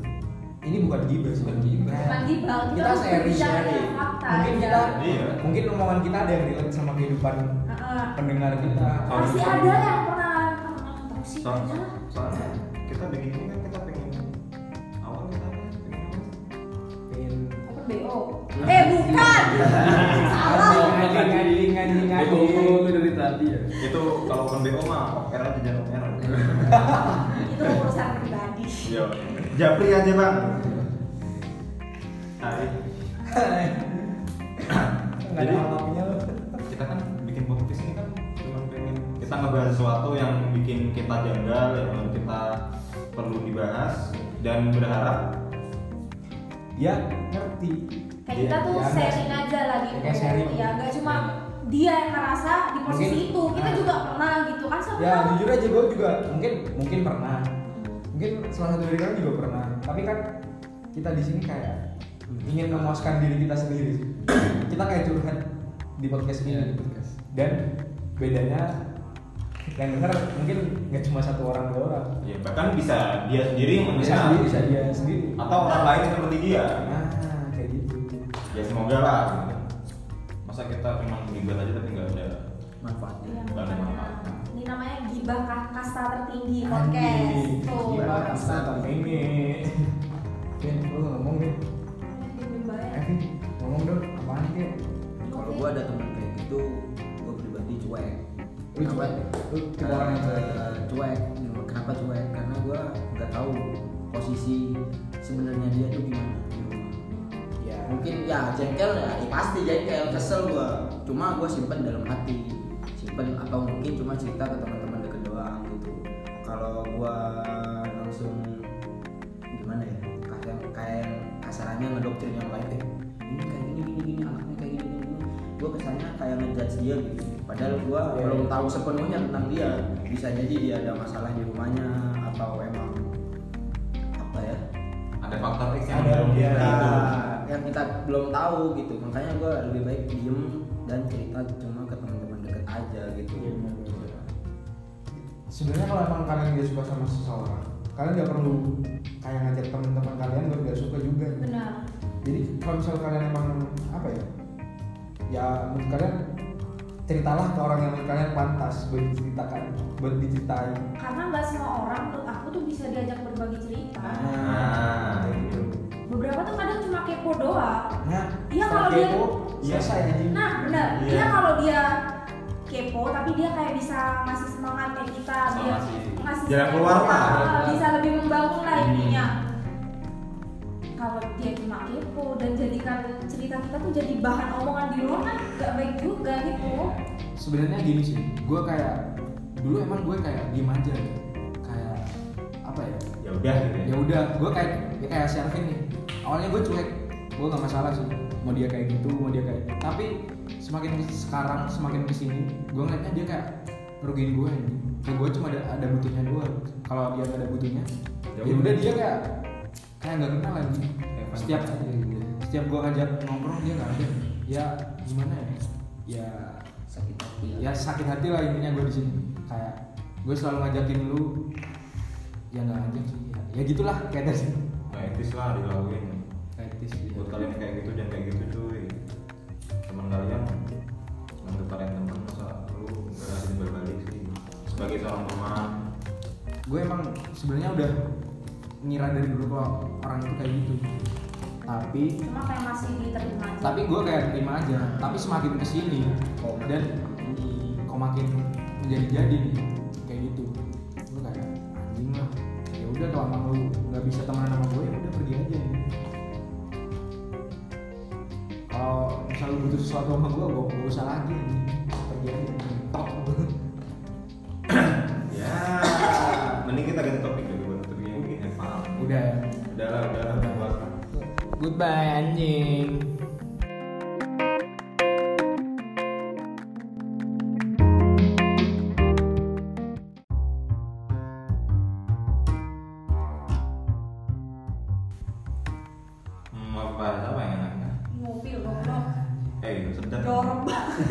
A: ini bukan gibah sih
E: Bukan gibah.
A: Kayak
C: Bukan gibah, kita
A: kita
C: harus
A: sharing
C: berbicara
A: sharing
C: yang fakta ya.
A: mungkin
C: aja.
A: kita
B: Iya.
A: mungkin omongan kita ada yang relate sama kehidupan
C: Heeh.
A: pendengar kita
B: Kalau
C: Pasti
B: misalnya-
C: ada yang pernah pernah toksik aja
B: soalnya
C: lah.
B: soalnya kita bikin ini kan kita pengen awal kita pengen apa sih?
A: Pengen-
C: Open
A: <laughs>
C: BO. Eh bukan. Salah.
A: Anjing, anjing, anjing, anjing.
E: itu dari tadi ya
B: itu kalau bukan BO mah OR aja jangan OR
C: Itu urusan pribadi.
B: iya Japri aja bang nah,
A: nggak ada
B: Jadi-
A: alapnya loh
B: kita kan bikin podcast ini kan cuma pengen kita ngebahas sesuatu yang bikin kita janggal yang kita perlu dibahas dan berharap
A: ya ngerti
C: Kayak kita tuh
A: Ya, ya,
C: sharing aja lagi.
A: Kayak sharing. Iya.
C: Ya nggak cuma dia yang ngerasa di posisi
A: Mungkin-
C: itu. Kita
A: Nah.
C: juga pernah gitu kan sama.
A: ya jujur aja gue juga mungkin mungkin pernah mungkin salah satu dari kalian juga pernah tapi kan kita di sini kayak ingin memuaskan diri kita sendiri kita kayak curhat di podcast ini
E: Iya, di podcast.
A: dan bedanya yang denger mungkin nggak cuma satu orang dua orang
B: ya bahkan bisa dia sendiri yang
A: bisa
B: mendengar
A: sendiri bisa dia sendiri
B: atau orang lain seperti dia
A: nah kayak gitu
B: ya semoga lah masa kita cuma gibah aja tapi nggak ada
C: Iya,
D: Manfaatnya.
C: makanya. Ini namanya gibah ka- kasta tertinggi podcast.
A: Anjing,
C: Tuh.
A: gila kasta ini Vin, lu ngomong nih
C: Lebih baik.
A: Evin, ngomong dong, apaan Vin?
D: Kalau gua ada teman kayak gitu, gua pribadi cuek.
A: Lu cuek? Lu tipe orang yang cuek?
D: Eh, cuek. Kenapa cuek? Karena gua nggak tahu posisi sebenarnya dia tuh gimana di rumah.
A: Ya,
D: Mungkin ya jengkel ya, pasti jengkel, kesel gua. Cuma gua simpen dalam hati. Simpen atau mungkin cuma cerita ke teman-teman deket doang gitu. Kalau gua langsung gimana ya? Kayak kayak kasarannya ngedokterin yang lain deh. Ini kayak gini gini gini anaknya kayak gini gini. gini. Gua kesannya kayak ngejudge dia gitu. Padahal gua
A: Iya.
D: belum tahu sepenuhnya tentang dia. Bisa jadi dia ada masalah di rumahnya atau emang apa ya?
B: ada faktor X yang
A: Ada,
B: belum
A: iya.
B: kita
D: Nah,
B: hitung.
D: yang kita belum tahu gitu makanya gue lebih baik diem dan cerita cuma ke teman-teman dekat aja gitu
A: Iya, benar, benar. Sebenarnya kalau emang kalian gak suka sama seseorang, kalian gak perlu kayak ngajak teman-teman kalian buat gak suka juga.
C: Benar.
A: Jadi kalau misal kalian emang apa ya? Ya menurut kalian ceritalah ke orang yang menurut kalian pantas buat diceritakan, buat diceritain.
C: karena nggak semua orang menurut aku tuh bisa diajak berbagi cerita
A: Nah, kayak gitu.
C: beberapa tuh kadang cuma kepo doang
A: Nah,
C: Iya,
A: setelah
C: kalau dia-
A: kepo,
B: Iya.
A: selesai anjing.
C: nah benar
B: Iya.
C: dia kalau dia kepo tapi dia kayak bisa ngasih semangat ke kita
B: Sama
C: dia
B: sih.
C: ngasih
B: Jalan keluar
C: semangat
B: lah.
C: kita, bisa lebih membangun lah
B: Hmm.
C: intinya kalau dia cuma kepo dan jadikan cerita kita tuh jadi bahan omongan di luar kan gak baik juga gitu
A: sebenarnya gini sih gue kayak dulu emang gue kayak diem aja gitu. kayak apa ya
B: ya udah gitu
A: ya udah gue kayak ya kayak Shervin nih awalnya gue cuek gue nggak masalah sih mau dia kayak gitu mau dia kayak tapi semakin kes- sekarang semakin kesini gue ngeliatnya dia kayak rugiin gue ini kayak gue cuma ada, ada butuhnya gue kalau dia nggak ada butuhnya ya,
B: Ya udah.
A: udah dia kayak kayak nggak kenal lagi
B: Kayak
A: setiap
B: fun aja
A: setiap gue ngajak ngobrol dia nggak ada ya gimana ya ya
D: sakit hati
A: ya sakit hati lah intinya gue di sini kayak gue selalu ngajakin lu ya nggak ngajak sih ya, ya gitulah kayak tadi
B: Nah, etis lah dilakuin
A: kayak tis
B: buat kalian yang kayak gitu dan kayak gitu cuy teman kalian menurut kalian teman masa lu nggak ngasih berbalik sih sebagai seorang teman
A: gue emang sebenarnya udah ngira dari dulu kalau orang itu kayak gitu tapi
C: cuma kayak masih diterima aja
A: tapi gue kayak terima aja tapi semakin kesini
D: Kok-
A: dan kok makin menjadi-jadi nih kayak gitu gue kayak anjing lah ya udah kalau emang lu nggak bisa temenan sama gue ya udah pergi aja nih kalau misal lu butuh sesuatu sama gue gue gak usah lagi anjing. pergi aja top
B: ya mending kita ganti topik dulu buat topik yang bikin yang paham
A: <laughs> udah ya
B: udah lah udah lah udah puas.
A: goodbye anjing
B: Hmm, mau bahas apa yang enaknya?
C: mobil goblok
B: Eh, itu sedap.
C: dorong <laughs> banget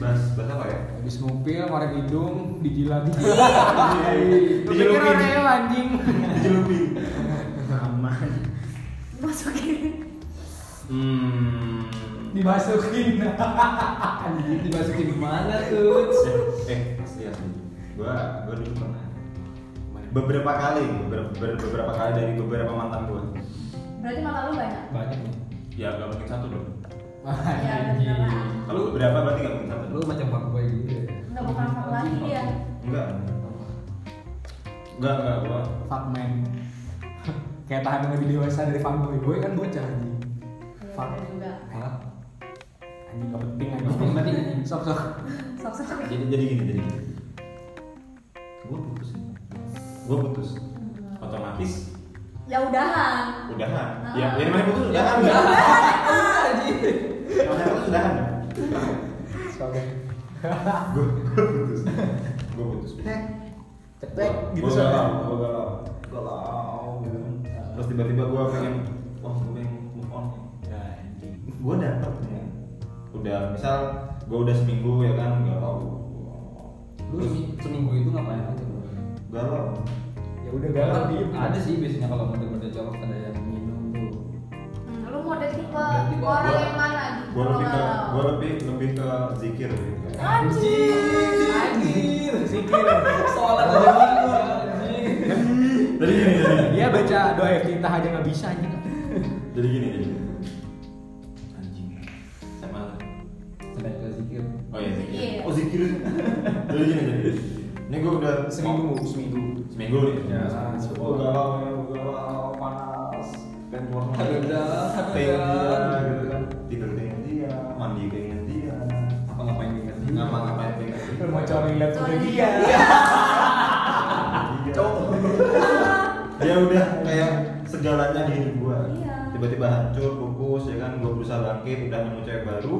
B: Bahas bahas apa ya?
A: habis ngupil korek hidung dijilat <laughs> Iya, Lu
B: Dijulupin.
A: pikir Oreo anjing
B: Jelupin.
D: aman
C: masukin
B: Hmm.
A: dibasukin <laughs> anjing dibasukin mana tuh
B: Eh, eh, asli asli. Gua gua dulu pernah beberapa kali, beberapa, beberapa kali dari beberapa mantan gua.
C: berarti mata lu banyak
E: banyak nih
B: Ya gak mungkin satu dong.
C: ya
A: anjing
C: bener lah
B: Kalau beberapa berarti gak mungkin satu.
E: lu macam fuckboy gitu ya
C: nggak bukan sama lagi dia
B: Enggak. Enggak, enggak gua.
A: fuckman <laughs> kayak tahanan lebih dewasa dari fuckboy boy kan bocah anjing
C: ya
A: fuck
C: bener juga
E: malah
A: anjing gak penting anjing gak penting <laughs> sok sok
C: sok-sok
B: Jadi jadi gini, jadi gini. Gua putus. Gua putus. Otomatis
C: ya udahan
B: udahan.
C: Ah.
B: Ya, yang mana putus udahan enggak? Yang mana putus udahan.
A: oke
B: gue putus <laughs> gue putus
A: cetek gitu
B: gue
A: soalnya
B: galau gue galau galau gitu terus tiba-tiba gue pengen wah gue pengen move on
A: ya anjing
B: gue dapet ya udah misal gue udah seminggu ya kan galau
E: lu se- seminggu itu ngapain aja bro?
B: galau
A: ya udah galau diem
E: ada sih biasanya kalau model-model cowok ada yang minum tuh
C: Hmm, lu model tipe
E: Model tipe
C: orang
B: gua-
C: yang mana gitu
B: gue lebih ke
C: kalau-
B: gue lebih lebih ke zikir gitu kan
C: anjir
A: anjing sikir
E: sholat aja minggu anjing
B: jadi gini jadi gini
A: dia baca doa kita aja nggak bisa anjing
B: jadi gini jadi gini anjing sama
E: sampai ke zikir
B: oh iya zikir
C: Iya.
B: oh zikir jadi gini jadi gini ini gue udah
A: seminggu seminggu
B: seminggu nih
E: Ya,
B: gue galau ya gue galau panas pengen keluar mandi
E: Dadah,
B: pengen dia
E: dadah.
B: gitu kan tidur pengen dia mandi pengen dia
E: apa ngapain ingat sih
B: ngapa ngapain pengen dia
A: mau coba ngeliat
C: Sorry.
A: dia
B: Dia. <laughs> dia udah kayak segalanya di hidup gue
C: Iya.
B: tiba-tiba hancur pupus ya kan gue berusaha bangkit udah nemu cewek baru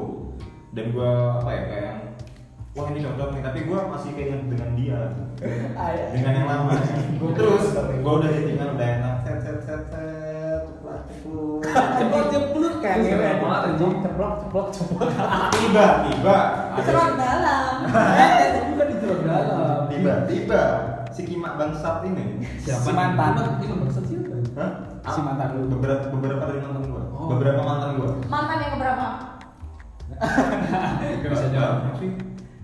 B: dan gue apa ya kayak wah ini cocok nih tapi gue masih keinget dengan dia dengan yang lama terus gue udah ditinggal udah enak set set set set ceplak,
D: <laughs>
B: cepluk.
A: ceplok ceplok kayak
E: Terus
A: ngewe,
E: kenapa, anjing?
A: ceplok ceplok ceplok
B: tiba-tiba ada
C: Diserang dalam
A: Eh, kan
E: bukan di dalam dalam
B: tiba-tiba si kimak bangsat ini
A: Si mantan.
E: itu maksud siapa
B: Hah?
A: Si mantan lu.
B: beberapa beberapa dari mantan gua
E: Oh.
B: beberapa mantan gua
C: mantan yang keberapa
E: Gak bisa jawab.
B: sih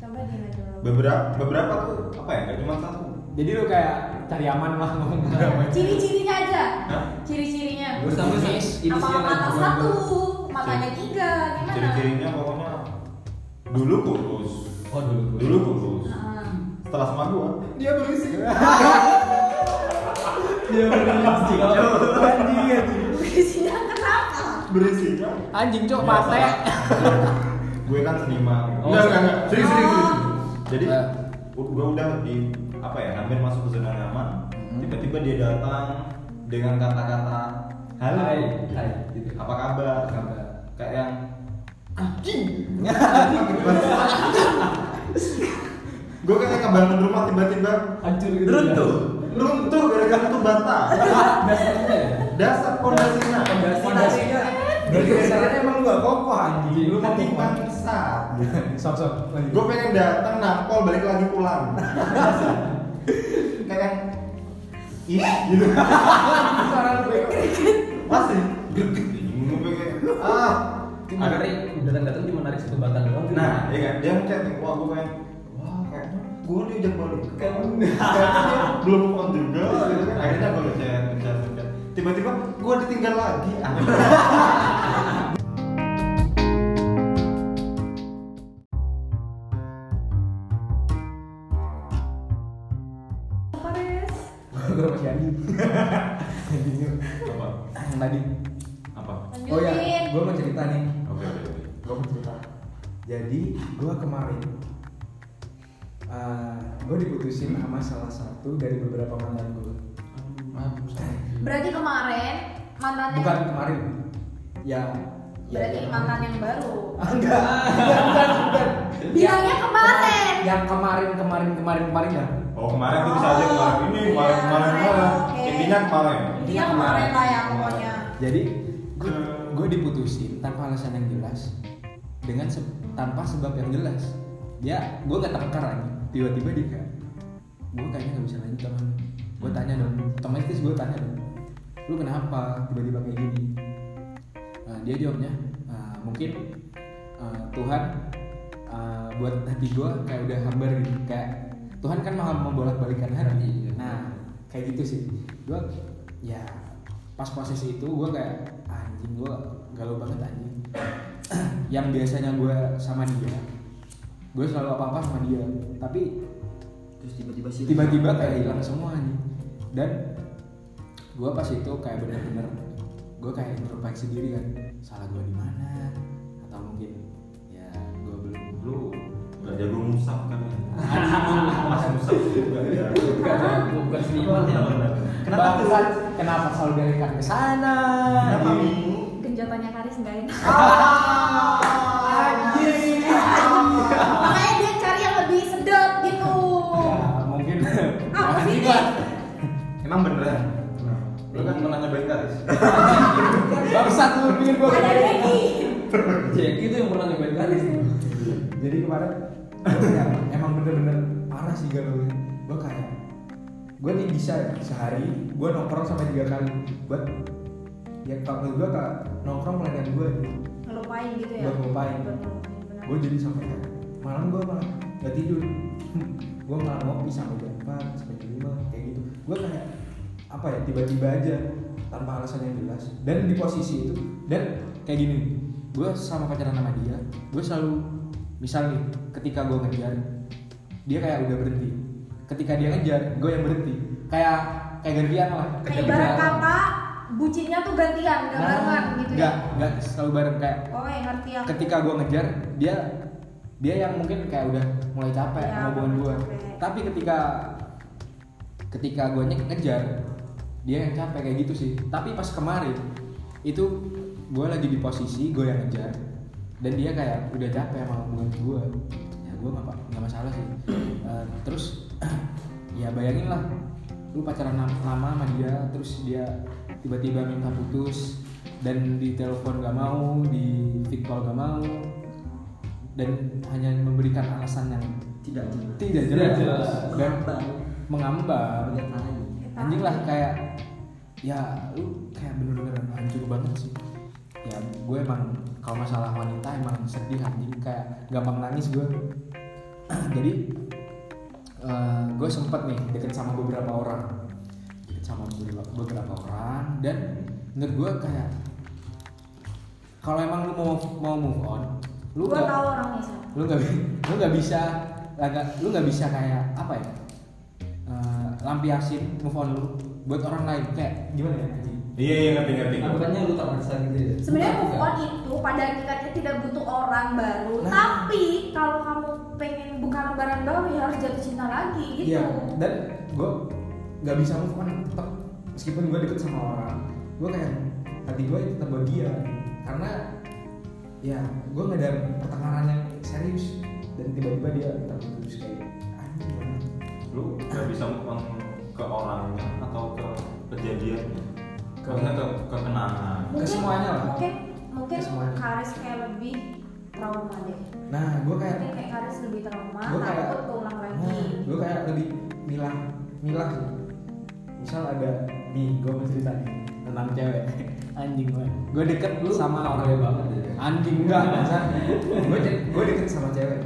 C: coba dia dulu
B: beberapa beberapa tuh apa ya gak cuma satu
A: jadi lu kayak cari aman lah ngomong
C: Ciri-cirinya aja.
B: Hah?
C: Ciri-cirinya.
E: Gue sama
C: Apa mata satu, matanya tiga, gimana?
B: ciri-cirinya pokoknya dulu kurus
E: Oh dulu gue.
B: dulu kurus
C: Ah.
B: setelah sama gua
A: dia
E: <laughs>
A: berisi dia berisi anjing anjing
C: <laughs> Isinya kenapa?
B: berisi kan
A: anjing cok
B: Biasa.
A: pate
B: <laughs> gue kan seniman
E: Oh. Ya.
B: enggak enggak enggak serius serius
C: Oh.
B: serius. jadi
A: Eh.
B: gue udah di apa ya hampir masuk ke zona nyaman
A: Hmm.
B: tiba-tiba dia datang dengan kata-kata halo
E: Hai, hai, gitu.
B: apa kabar
E: Kabar.
B: kayak yang gue kayak kebangun rumah tiba-tiba
E: Hancur gitu.
D: Runtuh.
B: runtuh gara-gara tuh bata
E: Dasarnya ya.
B: dasar pondasinya
E: Fondasinya.
A: dari dasarnya emang lu gak kokoh anjing lu mau
B: anjing
A: kokoh
B: bangsa
A: sok sok lanjut.
B: gue pengen datang nakpol balik lagi pulang kayak ini gitu
A: Suara lu
B: pasti gue pengen ah
E: Cuma narik, datang-datang cuma narik satu batang doang. gitu. <laughs>
B: nah
A: iya.
B: ya kan dia ngechat nih, wah gue pengen wah kayaknya gue diajak balik Kayak- kayaknya dia belum on juga gitu kan akhirnya gue ngechat ngechat ngechat tiba-tiba gue ditinggal lagi
C: Paris.
A: gue masih <laughs> anjing
B: apa
A: yang tadi
B: apa
C: Lanjutin.
A: oh ya gue mau cerita nih
B: oke oke
A: gue mau cerita jadi gue kemarin gue diputusin sama salah satu dari beberapa mantan gue
C: Berarti kemarin mantannya
A: bukan kemarin ya ya-
C: berarti
A: ya.
C: mantan yang baru.
A: Ah, <laughs> enggak enggak enggak, enggak.
C: Bilangnya kemarin.
A: yang kemarin kemarin kemarin kemarin ya
B: oh kemarin tuh bisa aja kemarin ini kemarin kemarin kemarin
C: Oh, Iya, Oke.
B: intinya kemarin
C: Intinya kemarin lah ya pokoknya.
A: jadi gue diputusin tanpa alasan yang jelas dengan se- tanpa sebab yang jelas dia gue nggak tengkar lagi tiba-tiba dia kayak gue kayaknya nggak bisa lanjut teman gue tanya dong otomatis gue tanya dong lu kenapa tiba-tiba kayak gini nah, dia jawabnya "Ah, mungkin ah, Tuhan ah, buat hati gue kayak udah hambar gitu kayak Tuhan kan maha membolak-balikan hati
E: Iya.
A: nah kayak gitu sih gue ya pas posisi itu gue kayak anjing gue galau banget anjing <clears throat> yang biasanya gue sama dia gue selalu apa apa sama dia tapi
D: terus tiba-tiba sih
A: tiba-tiba kayak hilang semua anjing dan gue pas itu kayak bener-bener gue kayak introspeksi diri kan salah gue di mana atau mungkin ya gue belum
B: lu gak jago musab <laughs> kan mas musab juga ya
E: Bukan, bukan, bukan seniman ya.
B: kenapa
A: kenapa
B: tuh
A: kenapa selalu dialihkan ke sana
B: kenapa mi
C: Genjotannya Karis nggak enak.
B: Ah.
A: anjing
C: Makanya dia cari yang lebih sedot gitu.
B: Iya.
A: ya mungkin
C: Apa sih
A: Anjing
C: ini?
A: gua.
B: emang beneran lu kan pernah nyobain garis
A: bangsat lu pikir gue
C: Ada
B: Iya.
C: lagi.
E: Jack itu yang pernah nyobain garis.
A: jadi kemarin ya, emang bener-bener parah sih galau gue kayak gue nih bisa sehari gue nongkrong sampai tiga kali buat ya kalau gue kayak nongkrong pelarian gue
C: Ngelupain gitu ya.
A: Buat ngelupain.
C: Buat ngelupain, benar.
A: gue jadi sampai kayak malam gue malah nggak tidur <laughs> gue malah ngopi sampai jam empat sampai jam lima kayak gitu gue kayak apa ya tiba-tiba aja tanpa alasan yang jelas dan di posisi itu dan kayak gini gue sama pacaran sama dia gue selalu misal nih ketika gue ngejar dia kayak udah berhenti ketika dia ngejar gue yang berhenti kayak kayak gantian lah
C: Kayak ibarat kata bucinnya tuh gantian, gak barengan gitu
A: Nah,
C: ya.
A: nggak nggak selalu bareng kayak
C: Oh, ya ngerti aku.
A: ketika gue ngejar dia dia yang mungkin kayak udah mulai capek
C: Ya,
A: sama hubungan
C: mulai
A: gue
C: capek.
A: tapi ketika ketika gue ngejar dia yang capek kayak gitu sih tapi pas kemarin itu gue lagi di posisi gue yang ngejar dan dia kayak udah capek sama hubungan gue ya gue nggak apa- nggak masalah sih Eh, terus <clears throat> ya bayangin lah lu pacaran nam- lama sama dia terus dia tiba-tiba minta putus dan di telepon gak mau di fit call gak mau dan hanya memberikan alasan yang
D: tidak
A: tidak
D: jelas
E: Tidak
A: jelas,
E: jelas.
A: dan
D: Mengambang.
A: mengambang
D: Lihat tangannya.
A: anjing lah kayak ya lu kayak bener-bener hancur banget sih ya gue emang kalau masalah wanita emang <clears throat> sedih anjing kayak gampang nangis gue jadi eh, gue sempet nih deket sama beberapa orang deket sama beberapa, beberapa orang dan menurut gue kayak kalau emang lu mau mau move on lu
C: Gua
A: nggak
C: tahu orangnya siapa.
A: lu nggak bi- lu nggak bisa agak lu nggak bisa kayak apa ya Eh, lampiasin move on lu buat orang lain kayak gimana ya anjing?
B: Iya iya ngerti ngerti.
E: Makanya lu tak merasa gitu ya.
C: Sebenarnya
E: Bukan,
C: move
E: bukan.
C: on itu pada hakikatnya tidak butuh orang baru,
A: Nah.
C: tapi kalau kamu pengen bukan barang baru ya harus jatuh cinta lagi gitu.
A: Iya, dan gue nggak bisa move on tetap meskipun gue deket sama orang, gue kayak hati gue tetap buat dia karena ya gue nggak ada pertengkaran yang serius dan tiba-tiba dia tetap terus kayak anjing banget.
B: Lu nggak bisa move on ke orangnya atau ke kejadiannya.
A: Ke-
B: Karena ke, ke kenangan.
A: Ke semuanya lah.
C: Mungkin mungkin
A: Ke semuanya.
C: Karis kayak lebih trauma deh.
A: Nah, gue kayak
C: Mungkin kayak Karis lebih trauma,
A: Gua kayak- Nah,
C: takut keulang lagi.
A: gue kayak lebih milah milah sih. misal ada nih gue mau cerita nih tentang cewek <laughs> anjing gue gue deket
E: Lu
A: sama
E: sama
A: orang
E: banget ya.
A: anjing
C: <laughs>
A: enggak gue gue deket sama cewek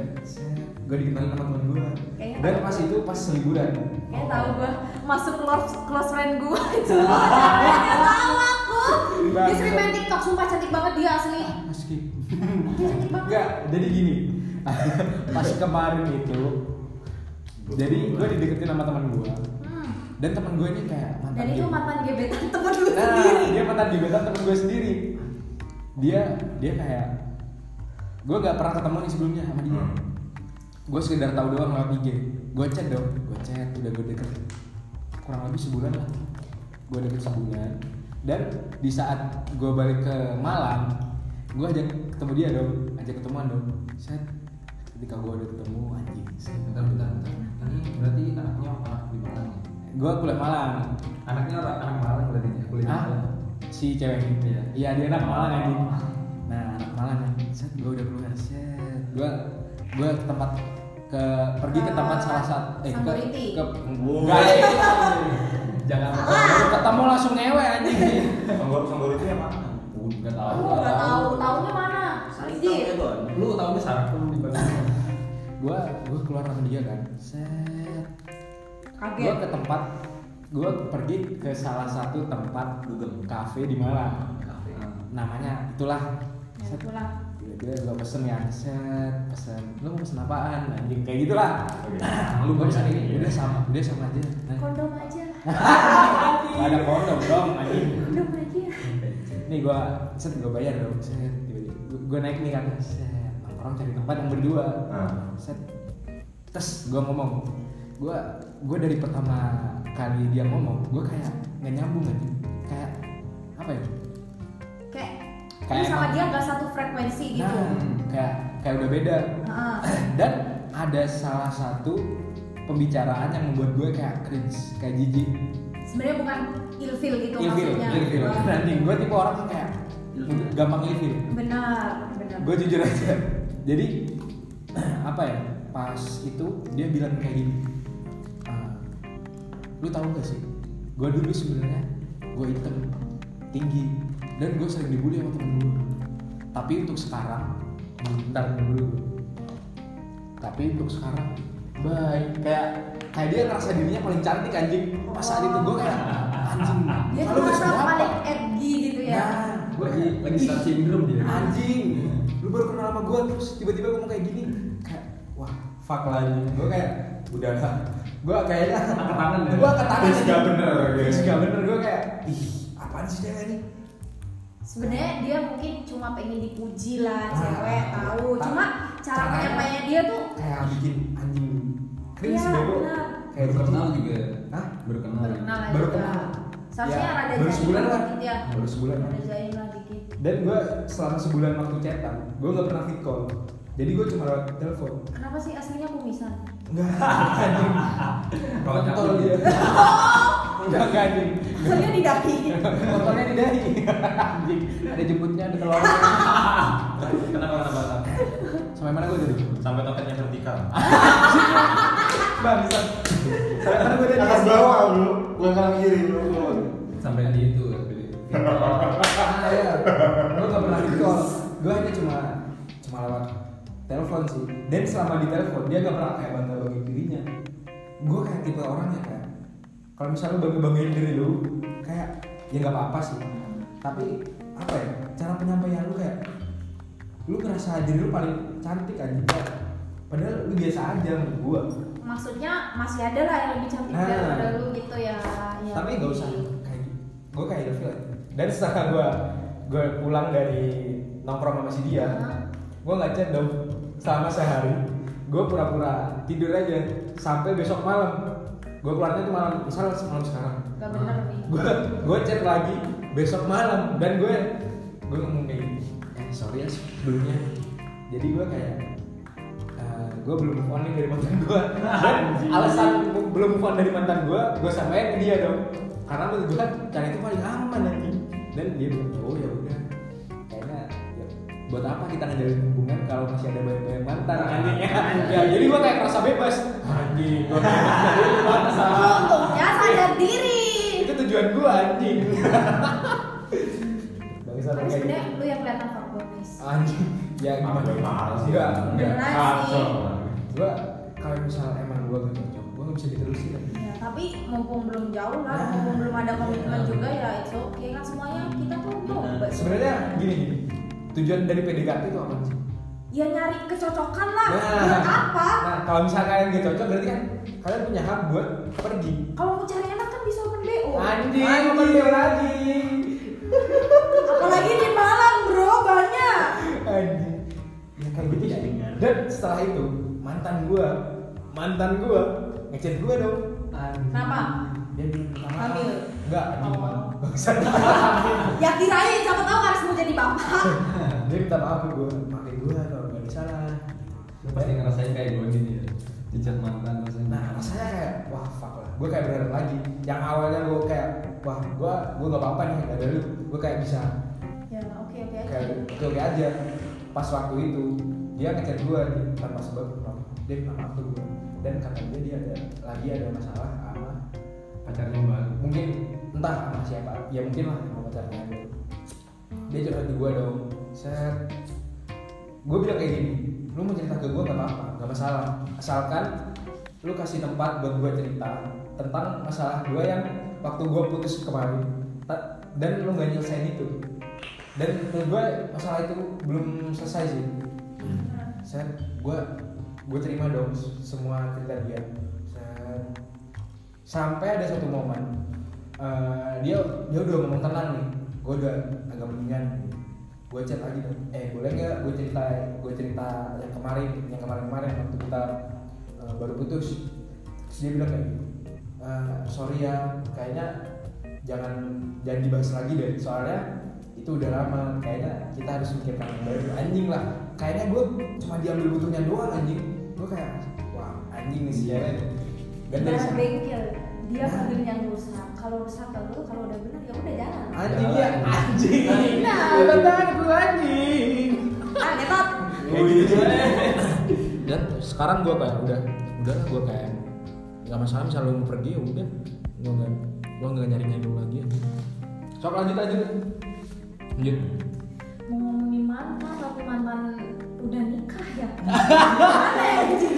A: gue dikenalin sama temen gue
C: Kayaknya
A: dan
C: tahu.
A: pas itu pas liburan
C: Kayak tahu gua masuk close close friend
A: <laughs>
C: gua. Cuma caranya tahu aku. Dia sering main TikTok, sumpah cantik banget dia asli.
A: meski
C: Dia cantik banget.
A: Ah, enggak jadi gini <laughs> pas kemarin itu jadi gue dideketin sama teman gue
C: Hmm.
A: dan teman gue ini kayak gitu. mantan
C: Dan itu
A: dia.
C: mantan gebetan temen lu sendiri.
A: Nah, dia mantan gebetan temen gue sendiri. Dia dia kayak gue gak pernah ketemu nih sebelumnya sama dia.
B: Hmm.
A: Gue sekedar tahu doang lewat IG. Gue chat dong, gue chat udah gue deket kurang lebih sebulan lah. Gue deket sebulan dan di saat gue balik ke Malang, gue ajak ketemu dia dong, ajak ketemuan dong. Set ketika gue udah ketemu anjing.
E: Bentar, bentar, bentar. Ini berarti anaknya anak di Malang ya?
A: Gue kuliah Malang,
E: Anaknya orang- anak Malang berarti ya, kuliah
A: Ah,
E: Malang.
A: si cewek ini
E: Iya.
A: iya dia anak Malang anjing nah anak Malang kan set gue udah keluar set gue gue ke tempat ke pergi ke
C: Ke
A: tempat salah satu eh ke
C: Sangguriti.
A: ke
B: Wow.
A: enggak eh.
E: Jangan
A: Baru ketemu langsung ngewe anjing
B: Sanggor sanggor itu yang mana?
E: Enggak ya, tahu.
C: Aku nggak tahu, tahunya mana?
D: Saling tahu ya
C: Izin.
D: Gon.
E: Lu tahunya sarkem di Bandung.
A: gue gue keluar sama dia kan set gue
C: Kaget.
A: ke tempat gue pergi ke salah satu tempat
D: Dugem.
A: kafe di Malang
D: Kafe.
A: namanya itulah
C: Ya,
A: set
C: pulang.
A: tiba-tiba gue pesen ya set pesen lu mau pesen apaan anjing kayak gitulah
B: Oke.
A: Nah, lu bisa ini udah sama udah sama aja Nah,
C: Kondom aja.
A: nggak ada kondom dong anjing
C: Kondom aja.
A: nih gua set gua bayar dong set tiba-tiba Gua- gua naik nih kan set nongkrong cari tempat yang berdua
B: Nah.
A: set tes gua ngomong gua gua dari pertama kali dia ngomong gua kayak nggak nyambung anjing kayak apa ya
C: Kayak
A: Kayak
C: ini sama
A: emang-
C: dia nggak satu frekuensi gitu.
A: nah kayak kayak udah beda
C: Heeh.
A: dan ada salah satu pembicaraan yang membuat gue kayak cringe kayak jijik
C: Sebenarnya bukan ilfil gitu
A: ilfil
C: maksudnya.
A: ilfil
C: Heeh.
A: anjing gue tipe orang yang kayak
D: Ilfil.
A: gampang ilfil
C: Benar, benar.
A: gue jujur aja jadi <clears throat> apa ya pas itu dia bilang kayak gini "Ah, lu tahu gak sih gue dulu sebenarnya gue hitam tinggi dan gue sering dibully sama temen gue tapi untuk sekarang bentar dulu tapi untuk sekarang baik kayak kayak dia ngerasa dirinya paling cantik anjing pas saat itu gue kayak anjing
C: Dia
A: kalau
C: tuh
A: udah
C: merasa
A: seberapa?"
C: paling edgy gitu ya.
A: Nah,
E: Gua lagi lagi star syndrome dia.
A: anjing lu baru kenal sama gue terus tiba-tiba ngomong kayak gini kayak wah fuck lah anjing gue kayak udah lah gue kayaknya
E: Angkat tangan ya?
A: gue angkat tangan
B: Terus gak bener, ya.
A: terus gak bener gue kayak ih apaan sih cewek ini
C: Sebenarnya dia mungkin cuma pengen dipuji lah,
A: Ah.
C: cewek tahu.
A: Ta-
C: Cuma cara
A: caranya-
C: penyampaiannya dia tuh
A: kayak bikin anjing cringe
C: Iya,
A: bego
C: benar.
A: kayak
E: Baru kenal juga. ya?
A: Hah?
E: Baru kenal.
C: baru kenal aja.
A: baru kenal
C: Iya. Seharusnya
A: Ya,
C: rada
A: baru
C: jaim
A: sebulan
C: lah
A: lah Iya,
C: dikit ya.
A: baru sebulan lah
C: Rada jaim lah dikit.
A: dan gue selama sebulan waktu chatan gue gak pernah fit call jadi gue cuma lewat telepon
C: Kenapa sih aslinya <laughs> kumisan?
A: enggak anjing
E: Kalau
A: kontol
E: nyambung.
A: dia <laughs> enggak enggak anjing
C: <laughs> Aslinya di daki.
A: Motornya di dahi. Anjing, ada jemputnya, ada telurnya.
B: Kenapa kenapa? kenapa?
A: Sampai mana gue tadi?
B: Sampai toketnya vertikal.
A: Bang, bisa. Sampai mana gue tadi?
B: Atas bawah lu, bukan kanan kiri lu.
E: Sampai di itu. sampai di-
A: Ah, iya. Gue gak pernah di call. Gue hanya cuma cuma lewat telepon sih. Dan selama di telepon dia gak pernah kayak bantal bagi dirinya. Gue kayak tipe orang ya kayak kalau misalnya lu bangga-banggain diri lu kayak ya nggak apa-apa sih tapi apa ya cara penyampaian lu kayak lu ngerasa diri lu paling cantik aja padahal lu biasa aja menurut gua
C: maksudnya masih ada lah yang lebih cantik
A: Nah.
C: daripada lu gitu ya, ya
A: tapi nggak usah kayak gue kayak ilfil dan setelah gue gue pulang dari nongkrong sama si dia
C: Hah?
A: gue nggak chat dong selama sehari gue pura-pura tidur aja sampai besok malam gue keluarnya tuh malam misal malam sekarang
C: gak bener nih
A: gue gue Ah. chat lagi besok malam dan gue gue ngomong kayak gini, eh sorry ya sebelumnya jadi gue kayak eh, gue belum move on nih dari mantan gue dan alasan mu- belum move on dari mantan gue gue sampaikan ke dia dong karena menurut gue kan cara itu paling aman nanti dan dia bilang oh ya udah kayaknya ya, buat apa kita ngejalin hubungan kalau masih ada banyak-banyak mantan
C: Nah,
A: anjingnya ya jadi gue kayak merasa bebas anjing gue <laughs> salah
C: untungnya Ya, sadar diri
A: itu tujuan gua anjing <laughs> bangsa
C: tapi
A: kayak
C: sebenarnya
A: gitu.
C: lu yang kelihatan fuckboy guys
A: anjing ya
B: Apa
A: gimana
B: gue mahal sih?
A: Enggak, enggak.
C: beneran sih
B: Kacau.
A: gua kalau misal emang gua gak cocok gua gak bisa diterusin lagi
C: ya tapi mumpung belum jauh lah
A: Nah.
C: mumpung belum ada komitmen
E: Nah.
C: juga ya it's okay kan semuanya kita tuh nyoba
A: sebenarnya gini gini tujuan dari PDKT itu apa sih
C: ya nyari kecocokan lah buat apa
A: nah kalau misal kalian gak cocok berarti kan kalian punya hak buat pergi
C: kalau mau cari enak kan bisa open BO
A: anjing bukan dia lagi
C: apalagi di Malang bro banyak
A: anjing ya kayak gitu ya
D: Ringan.
A: dan setelah itu mantan gua mantan gua ngechat gua dong Anjing.
C: Kenapa?
A: dia bilang pertama
C: Hamil.
A: enggak anjing
C: Oh.
A: bangsat
C: ya kirain siapa tahu harus mau jadi bapak
A: <laughs> dia minta maaf ke gue pakai gue kalau nggak ada salah
E: Lu pasti
B: Iya.
E: ngerasain kayak gue gini ya dicat mantan rasanya
A: nah rasanya kayak wah fuck lah gue kayak berharap lagi yang awalnya gue kayak wah gue gue nggak apa-apa nih nggak ada lu gue kayak bisa
C: ya oke oke aja
A: kayak oke oke aja pas waktu itu dia ngechat gue tanpa sebab kenapa. dia minta maaf ke gue dan katanya dia ada lagi ada masalah sama
E: pacarnya baru
A: mungkin entah sama siapa ya mungkin lah sama pacarnya aja. dia curhat ke gue dong set gue bilang kayak gini lu mau cerita ke gue gak apa-apa gak masalah asalkan lu kasih tempat buat gue cerita tentang masalah gue yang waktu gue putus kemarin Ta- dan lu gak nyelesain itu dan menurut gue masalah itu belum selesai sih set gue gue terima dong semua cerita dia set sampai ada satu momen eh, dia dia udah ngomong tenang nih gue udah agak mendingan gue chat lagi dong eh boleh nggak gue cerita gue cerita yang kemarin yang kemarin kemarin waktu kita eh, baru putus terus dia bilang kayak gitu "Eh, sorry ya kayaknya jangan jangan dibahas lagi deh soalnya itu udah lama kayaknya kita harus mikirkan yang baru anjing lah kayaknya gue cuma diambil butuhnya doang anjing gue kayak wah anjing nih sih ya dan dari
C: Jangan
A: sana-
C: bengkel dia mobil yang rusak kalau rusak ke lu kalau udah bener ya udah jalan
A: anjing ya anjing
C: Nah.
A: tentang gue anjing
C: ah ngetot
A: iya. gitu Oh,
E: gitu.
A: <laughs> dan sekarang gue kayak udah udahlah gue kayak nggak masalah misalnya lu mau pergi ya udah gue nggak gue nggak nyari nyari lagi anjing. sok lanjut lanjut lanjut
C: mau ngomongin mantan tapi mantan udah nikah
D: <laughs>
C: ya Gimana ya, anjing?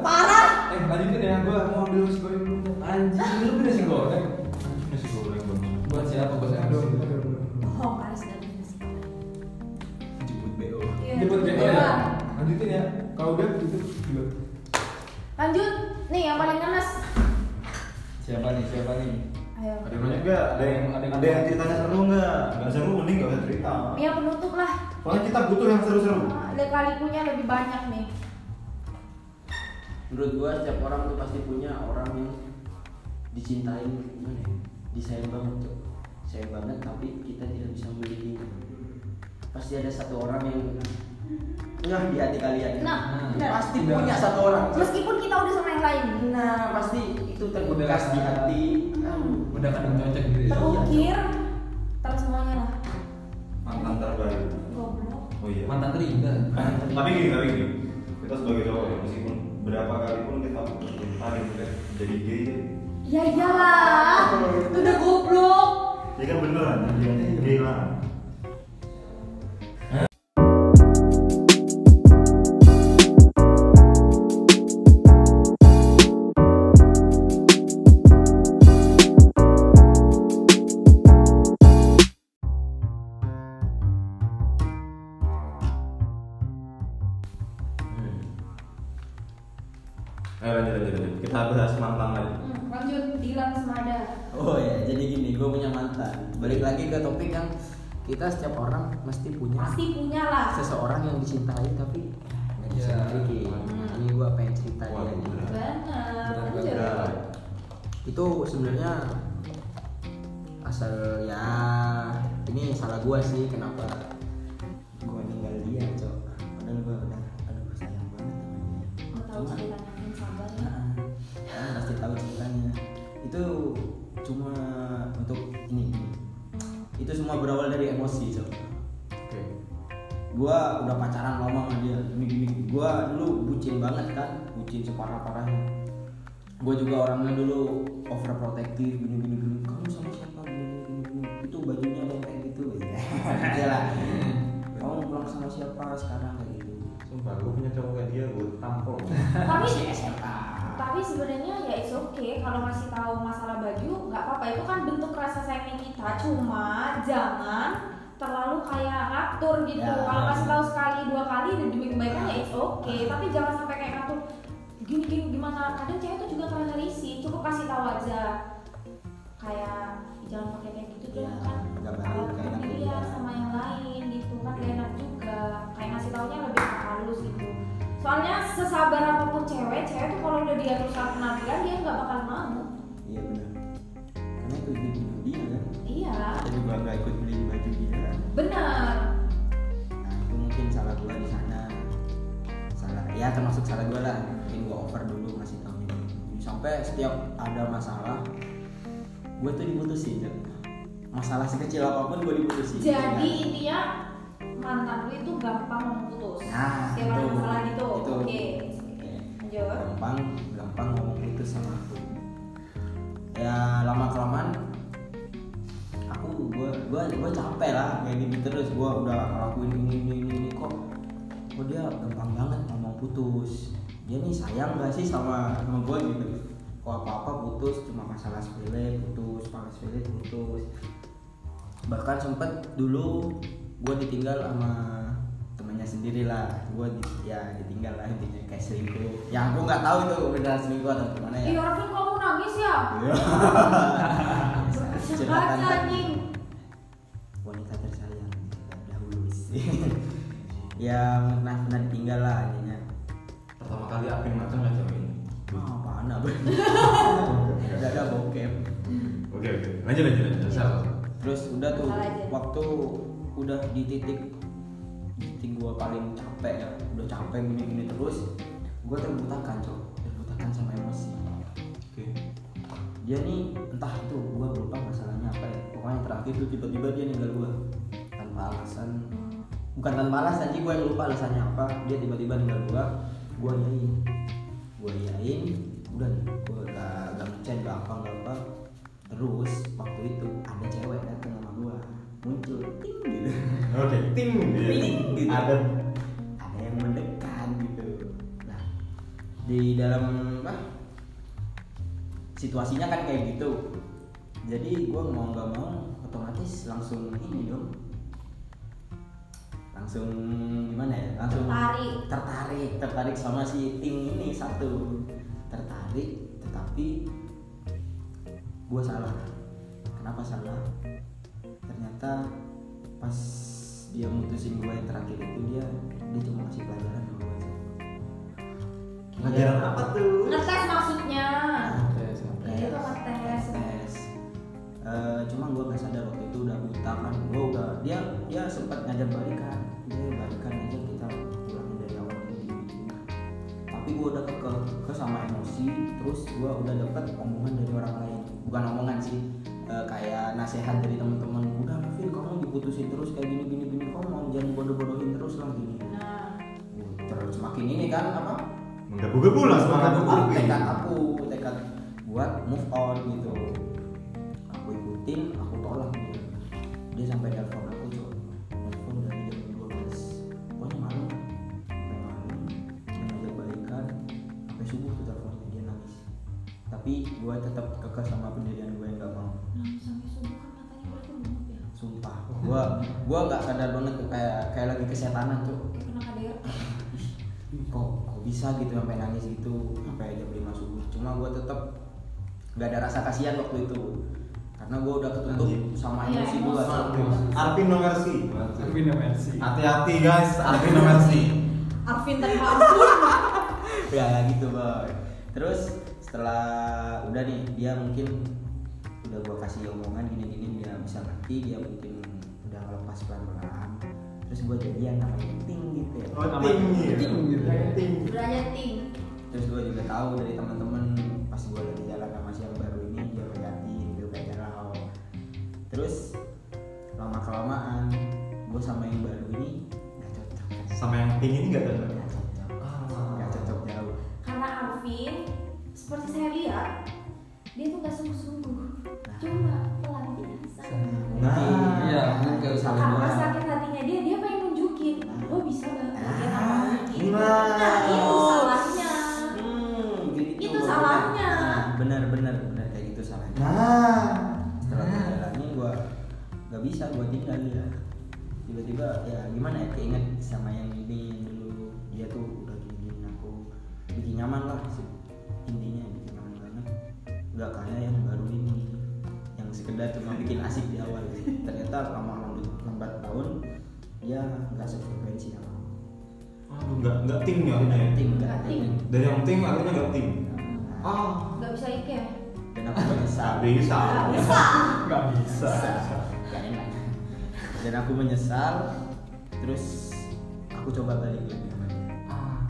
C: parah
A: eh lanjutin ya gue mau ambil nasi goreng dulu
E: anjing lu udah sih goreng
B: Masih goreng banget.
E: buat siapa buat siapa
A: Aduh, aduh,
C: oh guys gak bisa sih.
D: jemput BO
C: Iya,
A: aduh. Jemput
C: coba.
A: BO ya. lanjutin ya kalau udah gitu gitu.
C: lanjut nih yang paling ngenes
E: siapa nih siapa nih
C: ayo
B: Ada yang nanya nggak? Ada yang ada yang, ceritanya seru nggak? Nggak seru mending nggak usah cerita.
C: Mia penutup lah
B: Soalnya kita butuh yang seru-seru.
C: lika-likunya lebih banyak nih
D: menurut gua setiap orang tuh pasti punya orang yang dicintain gimana ya disayang banget tuh sayang banget tapi kita tidak bisa memilikinya pasti ada satu orang yang ngeh di hati kalian
C: nah bener.
D: Hmm. pasti punya satu orang
C: meskipun kita udah sama yang lain
D: nah pasti itu terbekas di hati Aduh.
E: udah
A: kan,
E: kadang cocok gitu
D: iya.
E: ya
C: terukir ter semuanya lah
B: Mantan terbaik.
C: goblok
B: Oh iya.
E: mantan terindah
B: <clears throat> tapi gini tapi gini kita sebagai cowok ya, meskipun berapa kali pun kita putus cinta gitu kan jadi gay
C: Ya iyalah, itu udah goblok.
B: ya kan beneran jadi gay lah Ayo Hmm. Eh, lanjut lanjut lanjut. Kita bahas mantan lagi.
C: Hmm, lanjut Dilan Semada.
D: Oh ya, jadi gini, gue punya mantan. Balik lagi ke topik yang kita setiap orang mesti punya
C: Pasti punya lah.
D: seseorang yang dicintai tapi nggak
E: Iya.
D: dicintai. Ini gue pengen cerita
B: Hmm. Waduh,
D: dia.
B: berat.
C: Benar. anjir.
B: Berat.
D: Itu sebenarnya asal ya ini salah gue sih kenapa gue ninggal dia cok. Padahal gue udah aduh sayang banget sama dia.
C: Mau tahu
D: Cuma-
C: ceritanya Din, sabar ya.
D: Nah, kalian pasti tahu ceritanya itu cuma untuk ini itu semua berawal dari emosi so.
B: Oke.
D: gua udah pacaran lama sama dia gini gini gua dulu bucin banget kan bucin separah parahnya gua juga orangnya dulu overprotective gini gini gini kamu sama siapa gini gini gini itu bajunya ada yang kayak <laughs> gitu ya Iya lah kamu pulang sama siapa sekarang kayak gitu
B: Sumpah, gue punya cowok kayak dia, gue tampol.
C: Tapi
D: SMA
C: tapi sebenarnya ya it's okay kalau masih tahu masalah baju nggak apa-apa itu kan bentuk rasa sayangnya kita cuma jangan terlalu kayak ngatur gitu
D: Ya.
C: kalau kasih tahu sekali dua kali dan demi kebaikan ya it's okay tapi jangan sampai kayak ngatur gini gini gimana kadang cewek tuh juga terlalu risih cukup kasih tahu aja kayak jangan pakai kayak gitu dong
D: Ya,
C: kan
D: nggak baik,
C: kalau
D: nggak
C: temen
D: enak
C: dia
D: juga.
C: sama yang lain gitu kan gak enak juga kayak ngasih taunya lebih halus gitu soalnya sesabar apapun cewek cewek tuh kalau udah diatur saat penampilan dia nggak bakal mau
D: iya benar karena itu itu dia kan
C: iya
D: Kita juga nggak ikut beli baju dia.
C: benar
D: Nah itu mungkin salah gua di sana. Salah, ya termasuk salah gua lah. Mungkin gua over dulu ngasih tahu ini. Sampai setiap ada masalah, gua tuh diputusin. Jack. Masalah sekecil apapun gua diputusin.
C: jadi
D: Ya.
C: intinya mantan lu itu gampang memutus
D: Nah,
C: setiap ada
D: itu.
C: masalah gitu
D: Itu.
C: oke
D: Oke.
C: lanjut
D: gampang gampang ngomong putus sama aku ya lama kelamaan aku gua gua gua capek lah kayak gini terus gua udah ngelakuin ini ini ini, ini. kok kok dia gampang banget ngomong putus dia nih sayang gak sih sama sama gua gitu kok apa apa putus cuma masalah sepele putus masalah sepele putus bahkan sempet dulu gue ditinggal sama temannya sendiri lah gue ya ditinggal lah intinya kayak selingkuh yang aku nggak tahu itu beneran selingkuh atau gimana ya Nah,
C: Iya, Orvin kamu nangis ya?
D: Iya. Curhatan
C: Cerita anjing.
D: wanita tersayang dahulu <laughs> sih ya pernah pernah ditinggal lah intinya
B: Pertama kali Apin macam lah cewek ini.
D: oh, apaan
C: <laughs>
D: apa udah ada bokep
B: Oke oke. Lanjut lanjut lanjut. Salah.
D: terus udah tuh
C: Salah aja.
D: waktu udah di titik titik gue paling capek ya udah capek gini gini terus gue terbutakan cok terbutakan sama emosi
B: Oke.
D: dia nih entah itu gue lupa masalahnya apa ya pokoknya terakhir tuh tiba-tiba dia ninggal gue tanpa alasan bukan tanpa alasan sih gue yang lupa alasannya apa dia tiba-tiba ninggal gue gue yain gue yain udah nih gue gak gak ngechat gak apa gak apa terus waktu itu ada cewek datang sama gue muncul ting gitu
B: Oke. Ting. Iya.
D: Ting, gitu.
B: Ada.
D: ada yang mendekat gitu nah di dalam apa situasinya kan kayak gitu jadi gue mau nggak mau otomatis langsung ini dong langsung gimana ya langsung
C: Tertarik.
D: tertarik tertarik sama si ting ini satu tertarik tetapi gue salah kenapa salah ternyata pas dia mutusin gue yang terakhir itu dia dia cuma kasih pelajaran sama Iya. gue
B: Pelajaran apa tuh?
C: Ngetes maksudnya.
D: Nah,
E: Tes, ngetes.
C: Iya, itu ngetes.
D: Tes. Eh, cuma gue nggak sadar waktu itu udah buta kan gue udah dia dia sempat ngajak balikan dia balikan aja kita pulang dari awal ini gini, gini. tapi gue udah ke ke sama emosi terus gue udah dapet omongan dari orang lain bukan omongan sih eh, kayak nasehat dari teman-teman udah Novin kamu diputusin terus kayak gini gini gini kamu mau jangan bodoh-bodohin terus lah gini
C: Nah,
D: terus makin ini kan apa
B: Menggebu-gebu lah semangat
D: Aku-
B: aku.
D: tekad aku tekad buat move on gitu aku ikutin aku tolak gitu dia sampai telepon aku coba telepon dari jam 12 pokoknya malam sampai malam dia ngajak balikan sampai subuh tuh teleponnya dia nangis tapi gue tetap kekeh sama pendirian gue yang gak mau
C: langsung sampai subuh kan matanya berarti menutup ya.
D: sumpah gue gue nggak sadar banget tuh kayak kayak lagi kesetanan tuh
C: Kayak kena KDR.
D: kok kok bisa gitu sampai nangis gitu sampai jam cuma gue tetap gak ada rasa kasihan waktu itu karena gue udah ketutup
B: Anjing.
D: sama
C: Iya,
D: emosi gue
C: emosi.
B: Arvin no mercy.
E: Arvin no mercy.
B: Hati-hati guys, Arvin no
E: <laughs>
B: mercy.
C: Arvin tanpa ampun
D: <laughs> ya gitu boy terus setelah udah nih dia mungkin udah gua kasih omongan gini-gini dia bisa ngerti dia mungkin udah ngelepas pelan-pelan terus gua jadian sama yang ting gitu ya
E: Oh,
B: Oh,
E: Ting, gitu.
B: Ting.
C: derajat ting
D: terus gua juga tahu dari teman-teman pas gua lagi jalan sama si yang baru ini dia berganti dia udah galau terus lama kelamaan gua sama yang baru ini gak cocok
B: Sama yang ting ini gak ada.
D: gak cocok gak cocok jauh
C: karena Arvin seperti saya lihat dia tuh gak sungguh-sungguh cuma pelan biasa
D: Nah,
E: Iya, mungkin sama
C: karena
E: gua.
C: sakit hatinya dia dia pengen nunjukin lo bisa bahagia
D: Ah,
C: tanpa mungkin
D: nah.
C: nah itu salahnya
D: Hmm, gitu.
C: Itu salahnya.
D: Nah, Benar benar benar kayak gitu salahnya.
B: Nah,
D: Setelah perjalanan gua nggak bisa gua tinggal ya. Tiba-tiba ya gimana ya keinget sama yang ini yang dulu dia tuh udah gini aku bikin nyaman lah sih. intinya bikin nyaman banget. Gak kayak yang baru ini yang sekedar cuma bikin asik di awal. Ternyata lama-lama lambat tahun dia nggak sefrekuensi sama aku.
B: aduh nggak nggak ting ya artinya ya.
D: Ting,
C: Nggak ting.
B: Dari yang ting artinya nggak ting.
D: Nah,
B: Ah,
C: gak bisa ike
D: dan aku menyesal
B: tak bisa.
C: gak bisa
E: Nggak bisa.
D: dan aku menyesal terus aku coba balik lagi sama dia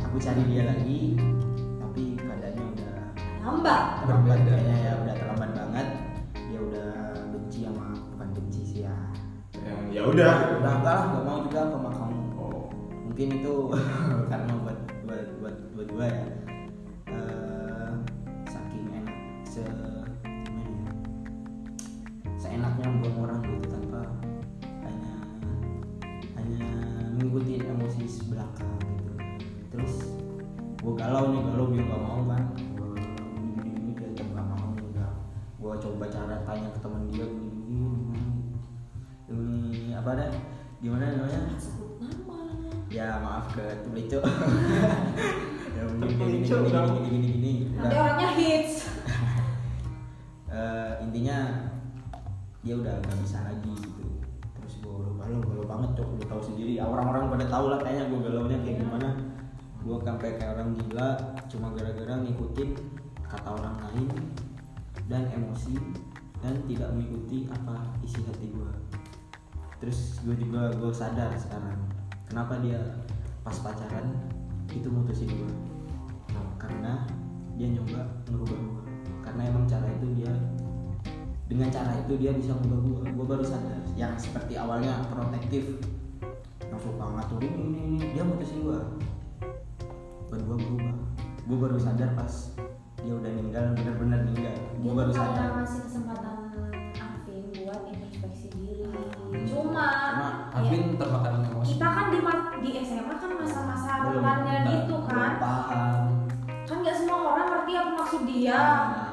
D: aku cari dia lagi tapi keadaannya udah
C: nambah
D: terlambat
E: Berbeda.
D: kayaknya ya udah terlambat banget dia udah benci sama bukan benci sih ya
B: Yang ya udah.
D: udah enggak lah nggak mau juga sama kamu
B: Oh,
D: mungkin itu <laughs> karena buat buat buat buat gue ya Eh, saking enak se gimana ya seenaknya buang orang gitu tanpa hanya hanya mengikuti emosi belakang gitu terus gue galau nih galau dia gak mau kan ini dia tetap gak mau udah gue coba cara tanya ke teman dia gini gini gini. ini apa dah gimana namanya
C: sebut nama
D: ya maaf ke Teplico ya mungkin gini
B: Teplico,
D: gini
B: dong.
D: gini gini gini
C: nanti
D: udah
C: orangnya hits
D: Eh, intinya dia udah nggak bisa lagi gitu terus gue galau galau banget cok lu tahu sendiri ya orang-orang pada tahu lah kayaknya gue galau nya kayak gimana gue sampai kayak orang gila cuma gara-gara ngikutin kata orang lain dan emosi dan tidak mengikuti apa isi hati gue terus gue juga gue sadar sekarang kenapa dia pas pacaran itu mutusin gue Nah, karena dia nyoba ngerubah gue karena emang cara itu dia dengan cara itu dia bisa ngubah gue gue baru sadar yang seperti awalnya protektif yang suka ngaturin ini ini dia mutusin gue buat gue berubah gue baru sadar pas dia udah ninggal benar-benar ninggal gue baru
C: Kita
D: sadar
C: ngasih kesempatan Arvin buat introspeksi diri cuma,
D: Cuma
E: Arvin termakan
C: ya,
E: emosi.
C: kita kan di, ma- di SMA kan masa-masa
D: Belum-
C: remaja gitu
D: belum
C: kan
D: paham
C: kan nggak semua orang ngerti apa maksud dia
D: Nah,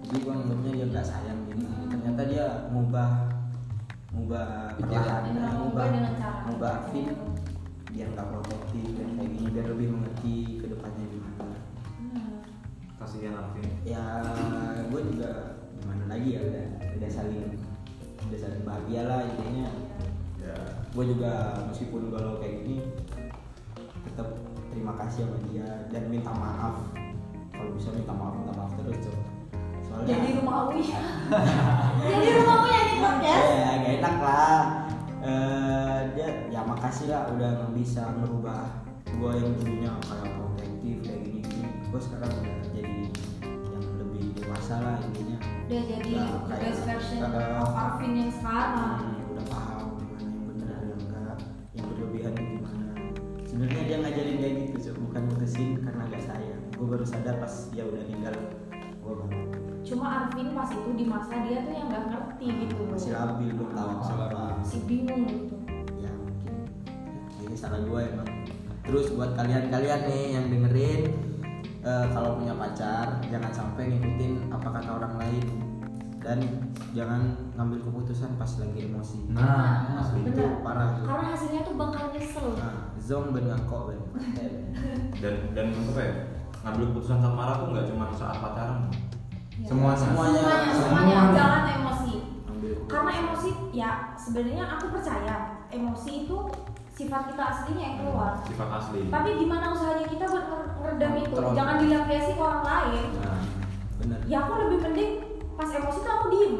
D: jadi gue anggapnya dia nggak sayang gitu ternyata dia ngubah ngubah perlahan
C: Dengan mengubah
D: ngubah
C: Iya, dengan cara
D: ngubah Afin biar nggak protektif dan kayak gini biar lebih mengerti ke depannya gimana
C: Hmm.
B: kasihan Arvin.
D: ya gue juga gimana lagi ya udah udah saling udah saling bahagia lah intinya
B: Ya.
D: gue juga meskipun galau kayak gini tetap terima kasih sama dia dan minta maaf kalau bisa minta maaf minta maaf terus Cok. soalnya
C: jadi rumah
D: <laughs>
C: ya jadi rumah Uya nih podcast
D: ya gak enak lah Eh, dia ya makasih lah udah bisa merubah gue yang dulunya kayak protektif kayak gini gini gue sekarang udah jadi yang lebih dewasa lah intinya
C: udah jadi
D: Nah,
C: the
D: kayak-
C: best version
D: Nah,
C: of Arvin yang sekarang
D: Hmm, udah paham gimana yang bener ada yang enggak yang berlebihan itu gimana sebenarnya dia ngajarin kayak gitu Cok. bukan mutusin karena gak sayang gue baru sadar pas dia udah tinggal gue banget
C: cuma Arvin pas itu di masa dia tuh yang nggak ngerti gitu
D: masih labil belum tahu
E: Masih
D: apa apa
C: masih bingung gitu
D: ya mungkin ya, ini salah gue emang terus buat kalian-kalian nih yang dengerin eh, kalau punya pacar jangan sampai ngikutin apa kata orang lain dan jangan ngambil keputusan pas lagi emosi
E: Nah,
C: Nah,
E: asli.
D: itu
C: benar.
D: parah tuh.
C: karena hasilnya tuh bakal nyesel
D: nah zong ben ngangkok ben
B: Dan dan apa ya? ngambil keputusan sama marah tuh nggak cuma saat pacaran
C: Ya.
B: semuanya
D: Semuanya.
C: semuanya semuanya
A: Semuanya.
C: jangan emosi
B: Ambil.
C: karena emosi ya sebenarnya aku percaya emosi itu sifat kita aslinya yang keluar
B: sifat asli
C: tapi gimana usahanya kita buat meredam itu
D: Terlalu.
C: jangan dilampiasi ke orang lain
B: nah
D: benar
C: ya aku lebih mending pas emosi tuh aku diem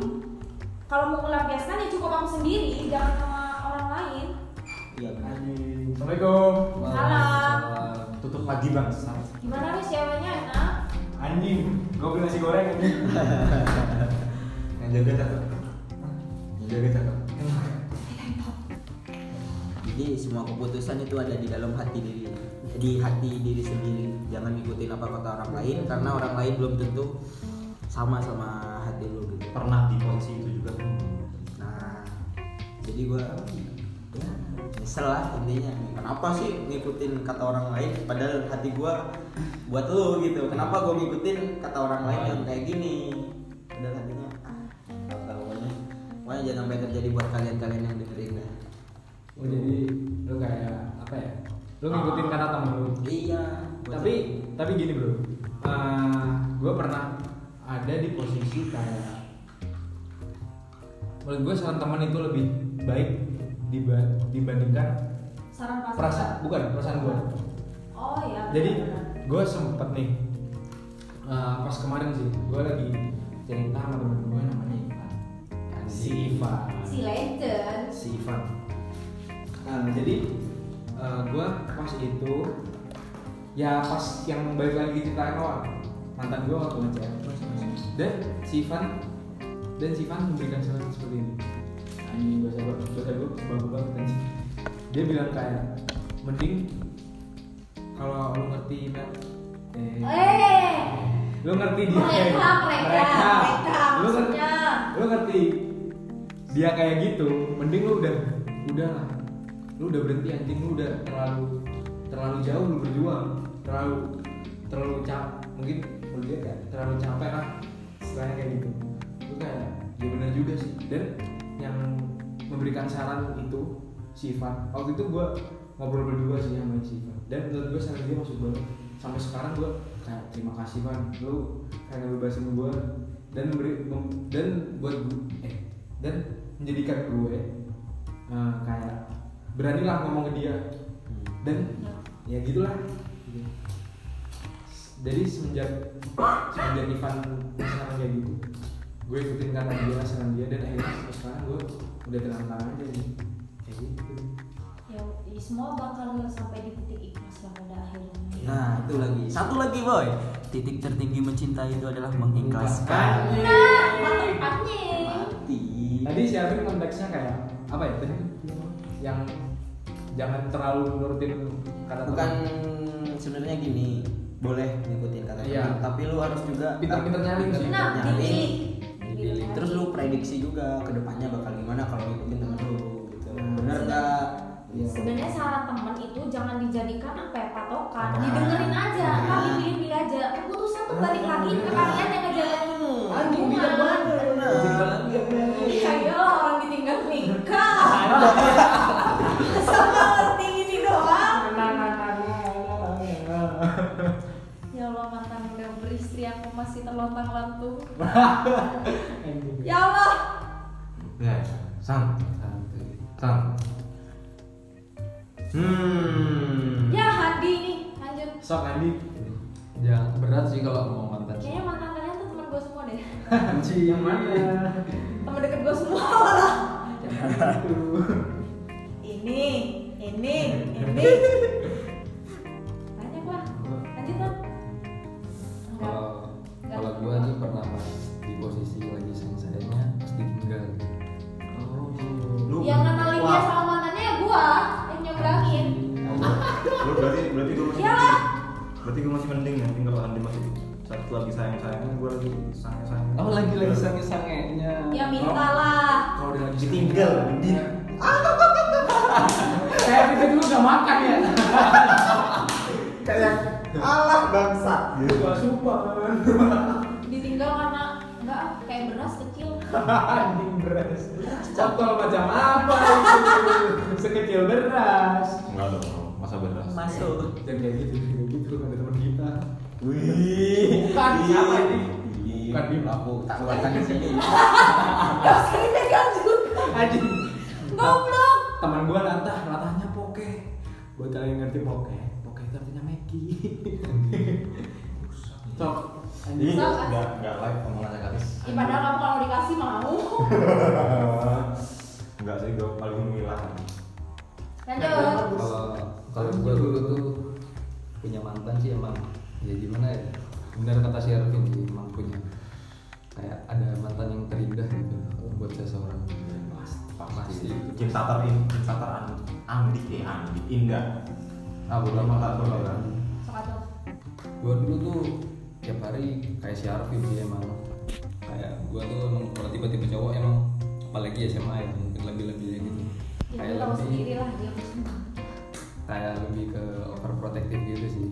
C: kalau mau melampiaskan ya cukup aku sendiri jangan sama orang lain
D: iya benar
F: Assalamualaikum.
E: Waalaikumsalam.
B: tutup lagi bang
C: gimana nih ceweknya enak
F: Anjing, gue beli nasi goreng anjing.
B: <laughs> yang jaga cakep yang jaga cakep
D: jadi semua keputusan itu ada di dalam hati diri di hati diri sendiri jangan ngikutin apa kata orang lain karena orang lain belum tentu sama sama hati lo gitu
B: pernah di posisi itu juga
D: Nah, jadi gue ya, nyesel lah intinya. Kenapa sih ngikutin kata orang lain? Padahal hati gue buat lo gitu. Kenapa gue ngikutin kata orang lain yang kayak gini? Padahal hatinya ah, gak tahu pokoknya. Pokoknya jangan sampai terjadi buat kalian-kalian yang dengerin ya. dah.
A: oh jadi lu kayak apa ya
F: Lu ngikutin kata temen lu.
D: Iya. buat-
A: tapi tapi gini bro gue pernah ada di posisi kayak menurut gue saran teman itu lebih baik diba- dibandingkan
C: saran pasangan
A: perasaan bukan perasaan gue
C: oh ya
A: jadi gue sempet nih eh, pas kemarin sih gue lagi cerita sama temen gue namanya Ivan si Ivan
C: si legend
A: si Ivan Nah, jadi gue pas itu ya pas yang balik lagi cerita awal mantan gue waktu ngecek dan si Ivan dan si Ivan memberikan saran seperti ini ini bahasa gue bahasa gue bagus banget anjing. dia bilang kayak mending kalau lu ngerti Mel eh,
C: eh
A: lu ngerti dia
C: mereka mereka mereka
D: kan-
A: lu ngerti
C: maksudnya
A: lu ngerti dia kayak gitu mending lu udah udah lah lu udah berhenti anjing lu udah terlalu terlalu jauh lu berjuang terlalu terlalu cap mungkin menurut dia kayak terlalu capek lah istilahnya kayak gitu lu kayak ya benar juga sih dan yang memberikan saran itu si Ivan waktu itu gua ngobrol berdua sih sama si Ivan dan menurut gua saran dia masuk banget sampai sekarang gua kayak terima kasih Van lu kayak bebasin gua dan memberi mem- dan buat gu- eh dan menjadikan gue eh, kayak beranilah ngomong ke dia dan ya gitulah gitu. jadi semenjak semenjak Ivan sekarang kayak gitu gue ikutin karena dia saran dia dan akhirnya sampai sekarang gue udah tenang tenang aja nih kayak gitu
C: ya ya semua bakal sampai di titik ikhlas lah pada akhirnya
D: Nah, itu lagi. Satu lagi, boy. Titik tertinggi mencintai itu adalah
C: nah
D: mengikhlaskan
C: mantap tempatnya
D: hati.
A: tadi si Alvin konteksnya kayak apa ya tadi yang jangan terlalu nurutin kata
D: Bukan sebenarnya gini, boleh ngikutin kata
A: Iya.
D: teman, tapi lu harus juga
A: Pinter-pinter nyari sih.
C: nah
D: Nyari.
C: dipilih
D: Dipilih. Terus lu prediksi juga kedepannya bakal gimana kalau ngikutin temen lu gitu.
A: Nah,
D: Bener nggak? Iya.
A: Iya.
C: sebenarnya saran teman itu jangan dijadikan apa ya patokan
D: Nah.
C: didengerin aja
D: Nah.
C: tapi pilih-pilih aja keputusan tuh balik lagi ke kalian yang ngejalanin
D: Hmm. Anjing
C: hubungan.
D: bijak banget. bener.
C: Iya iyalah orang ditinggal nikah <laughs> sama ngerti ini doang ya Allah mantan udah beristri aku masih terlontang lantung ya Allah
B: ya san san hmm
C: ya Hadi nih lanjut
A: sok Andi <laughs>
E: Ya berat sih kalau mau mantan.
C: kayaknya mantan kalian tuh teman gue semua deh
A: Anci yang mana
C: teman deket gue semua lah
A: jangan itu
C: ini ini ini banyak lah lanjut lah
E: Kalau kalau gue tuh pernah pas di posisi lagi sayang sayangnya pas ditinggal.
B: lu
C: yang kenalin dia
B: Wah.
C: sama mantannya gue yang nyobrangin
B: lu berarti berarti gue masih
C: Iyalah.
B: berarti gue masih mending ya tinggal Andi masih satu lagi sayang sayangnya gue lagi Iya. sayang sayang
E: Oh lagi lagi sange sangenya.
C: ya
A: Oh.
C: mintalah
A: kalau udah lagi
B: Ditinggal, di-
A: Iya. saya pikir dulu gak makan ya
B: kayak Allah bangsa
A: gak sumpah
C: ditinggal karena enggak ah, kayak beras kecil
A: anjing beras cotol macam apa itu sekecil beras
B: enggak dong masa beras
D: Masuk.
A: dan kayak gitu kayak gitu ada teman kita
D: Wih.
G: Bukan, siapa ini?
D: Bukan di aku tak keluarkan di sini.
C: Terus ini pegang juga.
G: Aji.
C: Goblok.
G: Teman gua latah, latahnya poke. Buat kalian yang ngerti poke, poke itu artinya Meki. Cok.
A: Iya.
B: Ini
C: Bisa, kan?
B: nggak nggak live omongannya Karis.
C: Ih, padahal kamu kalau dikasih mau.
B: <laughs> Enggak sih, gue paling milah.
C: Lanjut.
A: kalau Eh, kalau gue dulu tuh punya mantan sih emang ya gimana ya benar kata si Arvin sih emang punya kayak ada mantan yang terindah gitu buat seseorang pasti
B: Cinta ter cinta ter Andi eh Andi Indah.
A: ah bodo
B: Lama
A: amat
B: nggak
A: lah
B: berlalu.
C: Sok atuh.
A: gue dulu tuh tiap hari kayak si Arvin sih emang kayak gue tuh emang kalau tiba-tiba cowok emang apalagi SMA ya mungkin lebih-lebih ya gitu
C: Ya,
A: kayak
C: kamu
A: lebih
C: sendiri lah dia semua.
A: kayak lebih ke overprotective gitu sih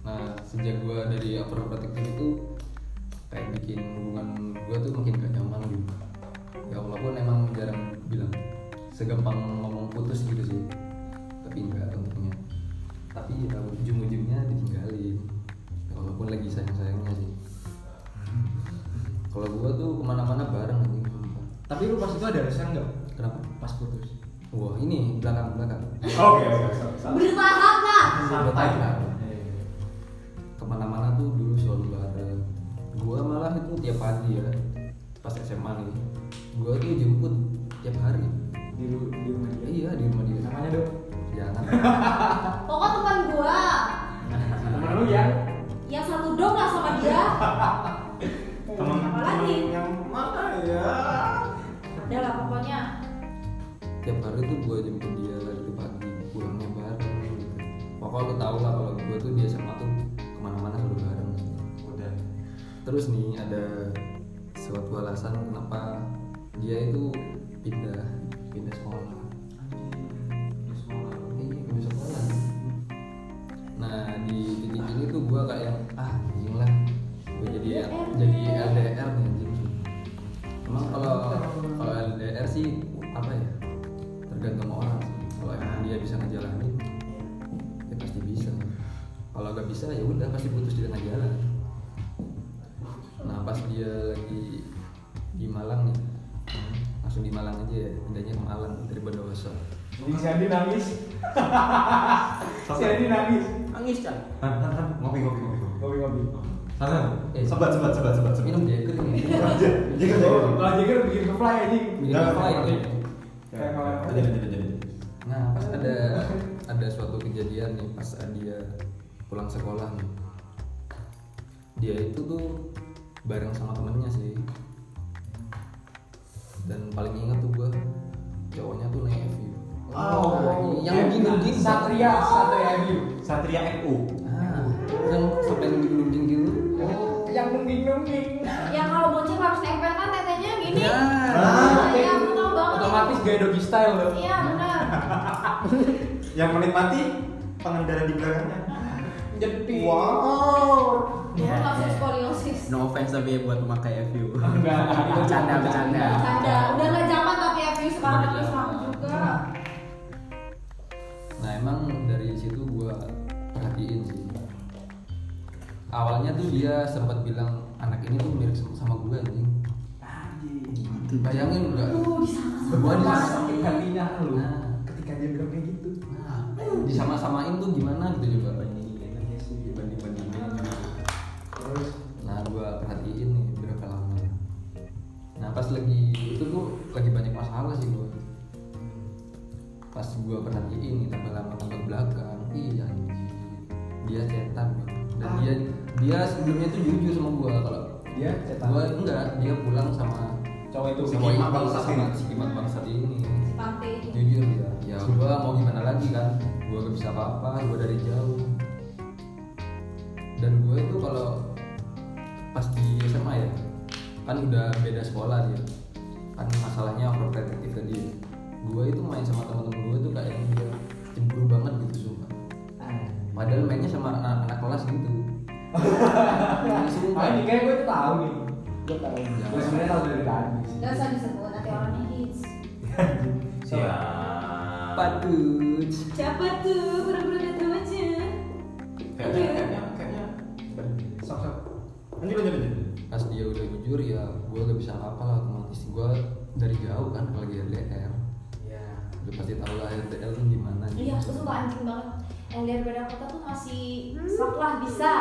A: nah sejak gue dari overprotective itu kayak bikin hubungan gue tuh makin gak nyaman gitu ya walaupun emang jarang bilang segampang ngomong putus gitu sih tapi enggak tentunya tapi ya, ujung-ujungnya ditinggalin Ya, walaupun lagi sayang-sayangnya sih kalau gue tuh kemana-mana bareng anjing
G: Tapi lu pas itu ada rasa enggak?
A: kenapa
G: Pas putus.
A: wah ini belakang belakang
B: Oke oke. Iya, sorry, sorry.
C: Bertahap lah.
G: Santai.
A: kemana-mana tuh dulu selalu bareng gua malah itu tiap pagi ya pas SMA nih gua tuh jemput tiap hari
G: Di ru- di rumah
A: Ya,
G: dia.
A: iya di rumah dia
G: Namanya dong.
A: jangan
C: Pokoknya teman gua
G: Temen lu ya.
C: yang satu dong lah sama dia.
B: Temen
C: Apa lagi?
B: temen yang mana ya?
C: Udah lah pokoknya.
A: tiap hari tuh gua jemput dia dari pagi pulangnya bareng gitu. pokoknya lu tau lah kalau gua tuh di SMA tuh kemana-mana selalu bareng gitu.
B: Udah.
A: terus nih ada suatu alasan kenapa dia itu pindah pindah sekolah
B: Terus mau apa?
A: Iya, gak bisa sekolah. Nah di titik ini tuh gue kayak yang ah anjing lah gue jadi
C: LDR.
A: jadi LDR nih anjing. Emang kalau kalau LDR sih apa ya tergantung orang sih. Kalau emang dia bisa ngejalanin ya pasti bisa. Kalau gak bisa ya udah pasti putus di tengah jalan. Nah pas dia lagi di Malang nih langsung di Malang aja ya pindahnya ke Malang dari Bondowoso.
G: Jadi si Andi nangis. si Andi nangis.
D: Nangis kan?
B: Han, han, han, ngopi ngopi ngopi.
G: Ngopi-ngopi.
B: Sana.
A: Eh,
B: Sebat sebat sebat sebat sebat. Iya,
A: Minum jager nih.
B: Aja. Jaga
G: Kalau Jagger bikin ke fly aja.
A: Minum apa itu?
B: iya.
G: Kayak kalau-
B: Jadi jadi jadi.
A: Nah, pas ada ada suatu kejadian nih pas dia pulang sekolah nih. Dia itu tuh bareng sama temennya sih. Dan paling ingat tuh gua cowoknya tuh naik FU.
G: Oh,
A: yang gini-gini
G: Satria, Satria View.
B: Satria NU.
A: Ah, yang sampai nungging-nungging gitu.
G: Oh, yang nungging-nungging.
C: Yang Ya, kalau bonceng harus nempel kan tetenya gini.
A: Ya.
C: Ah, Iya, aku tahu banget.
G: Nah, Otomatis gaya doggy style loh.
C: Iya, benar.
B: Yang menikmati pengendara di belakangnya.
G: Jadi.
B: Wow.
C: Itu kasus skoliosis.
D: No offense tapi buat pemakai FU.
G: Enggak, itu
D: Bercanda, bercanda.
C: Bercanda. Udah nggak zaman tapi FU sekarang aku sama juga.
A: Nah, emang dari situ gua perhatiin sih. Awalnya tuh dia sempat bilang anak ini tuh mirip sama- sama gua anjing. Bayangin enggak?
C: Aduh, disana sama.
A: Gua
G: Gua
A: disama-
G: sakit hatinya lu.
A: Nah.
G: Ketika dia bilang kayak gitu.
A: Nah, disama-samain tuh gimana gitu coba
G: Terus
A: nah gua perhatiin nih berapa lama ya? nah pas lagi itu tuh lagi banyak masalah sih gua pas gua perhatiin nih tambah lama tambah belakang iya anjing. dia cetan Bang. dan dia dia sebelumnya tuh jujur sama gua kalau
G: Ah. dia cetak.
A: gua enggak dia pulang sama
G: cowok itu
A: sama
B: Kimat
A: ibu,
B: bangsat
A: sama
B: ini.
A: si kimat bangsat ini
C: Pantai.
A: jujur ya ya gua mau gimana lagi kan gua gak bisa apa-apa gua dari jauh dan gue itu kalau pas di SMA ya kan udah beda sekolah dia kan masalahnya overprotective tadi gue itu main sama temen-temen gue tuh kayak yang dia cemburu banget gitu sumpah padahal mainnya sama anak-anak kelas <laughs> gitu
G: Ah,
A: sumpah
G: ini kayak gue tahu nih. Gue tahu.
A: Iya.
G: Gue sebenarnya tahu dari tadi. sih.
C: Gak usah disebut nanti orangnya hits.
A: Iya.
B: Siap.
A: patut
C: Siapa tuh? Buru-buru datang aja.
B: Kayaknya kayaknya kayaknya
H: Iya. lanjut lanjut lanjut
B: pas dia udah jujur ya gue gak bisa apa lah otomatis gue dari jauh kan apalagi LDR
A: Iya.
I: ya
B: udah pasti tau lah LDR tuh gimana
J: Iya, aku tuh sumpah anjing banget. LDR beda kota tuh masih sok lah bisa.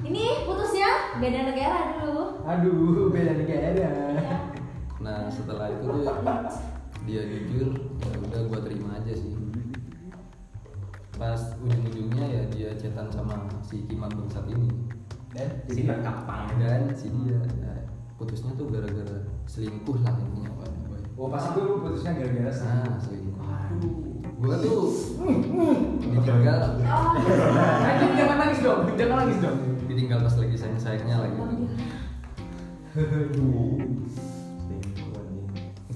J: Ini putusnya beda negara dulu.
A: Aduh, beda negara.
J: Iya.
B: nah setelah itu tuh dia jujur ya udah gue terima aja sih pas ujung-ujungnya ya dia cetan sama si Kimang Bangsat ini
A: Dan
D: si kampang
B: dan si dia ya, putusnya tuh gara-gara selingkuh lah intinya Pak.
A: Oh, pas itu lu putusnya gara-gara sana.
B: nah selingkuh
A: Ah.
B: gue tuh
H: Hmm,
B: ditinggal
J: Oh,
A: Anjing, Nah, jangan nangis dong, jangan nangis dong.
B: ditinggal pas lagi sayang sayangnya lagi
C: Iya.
A: Aduh.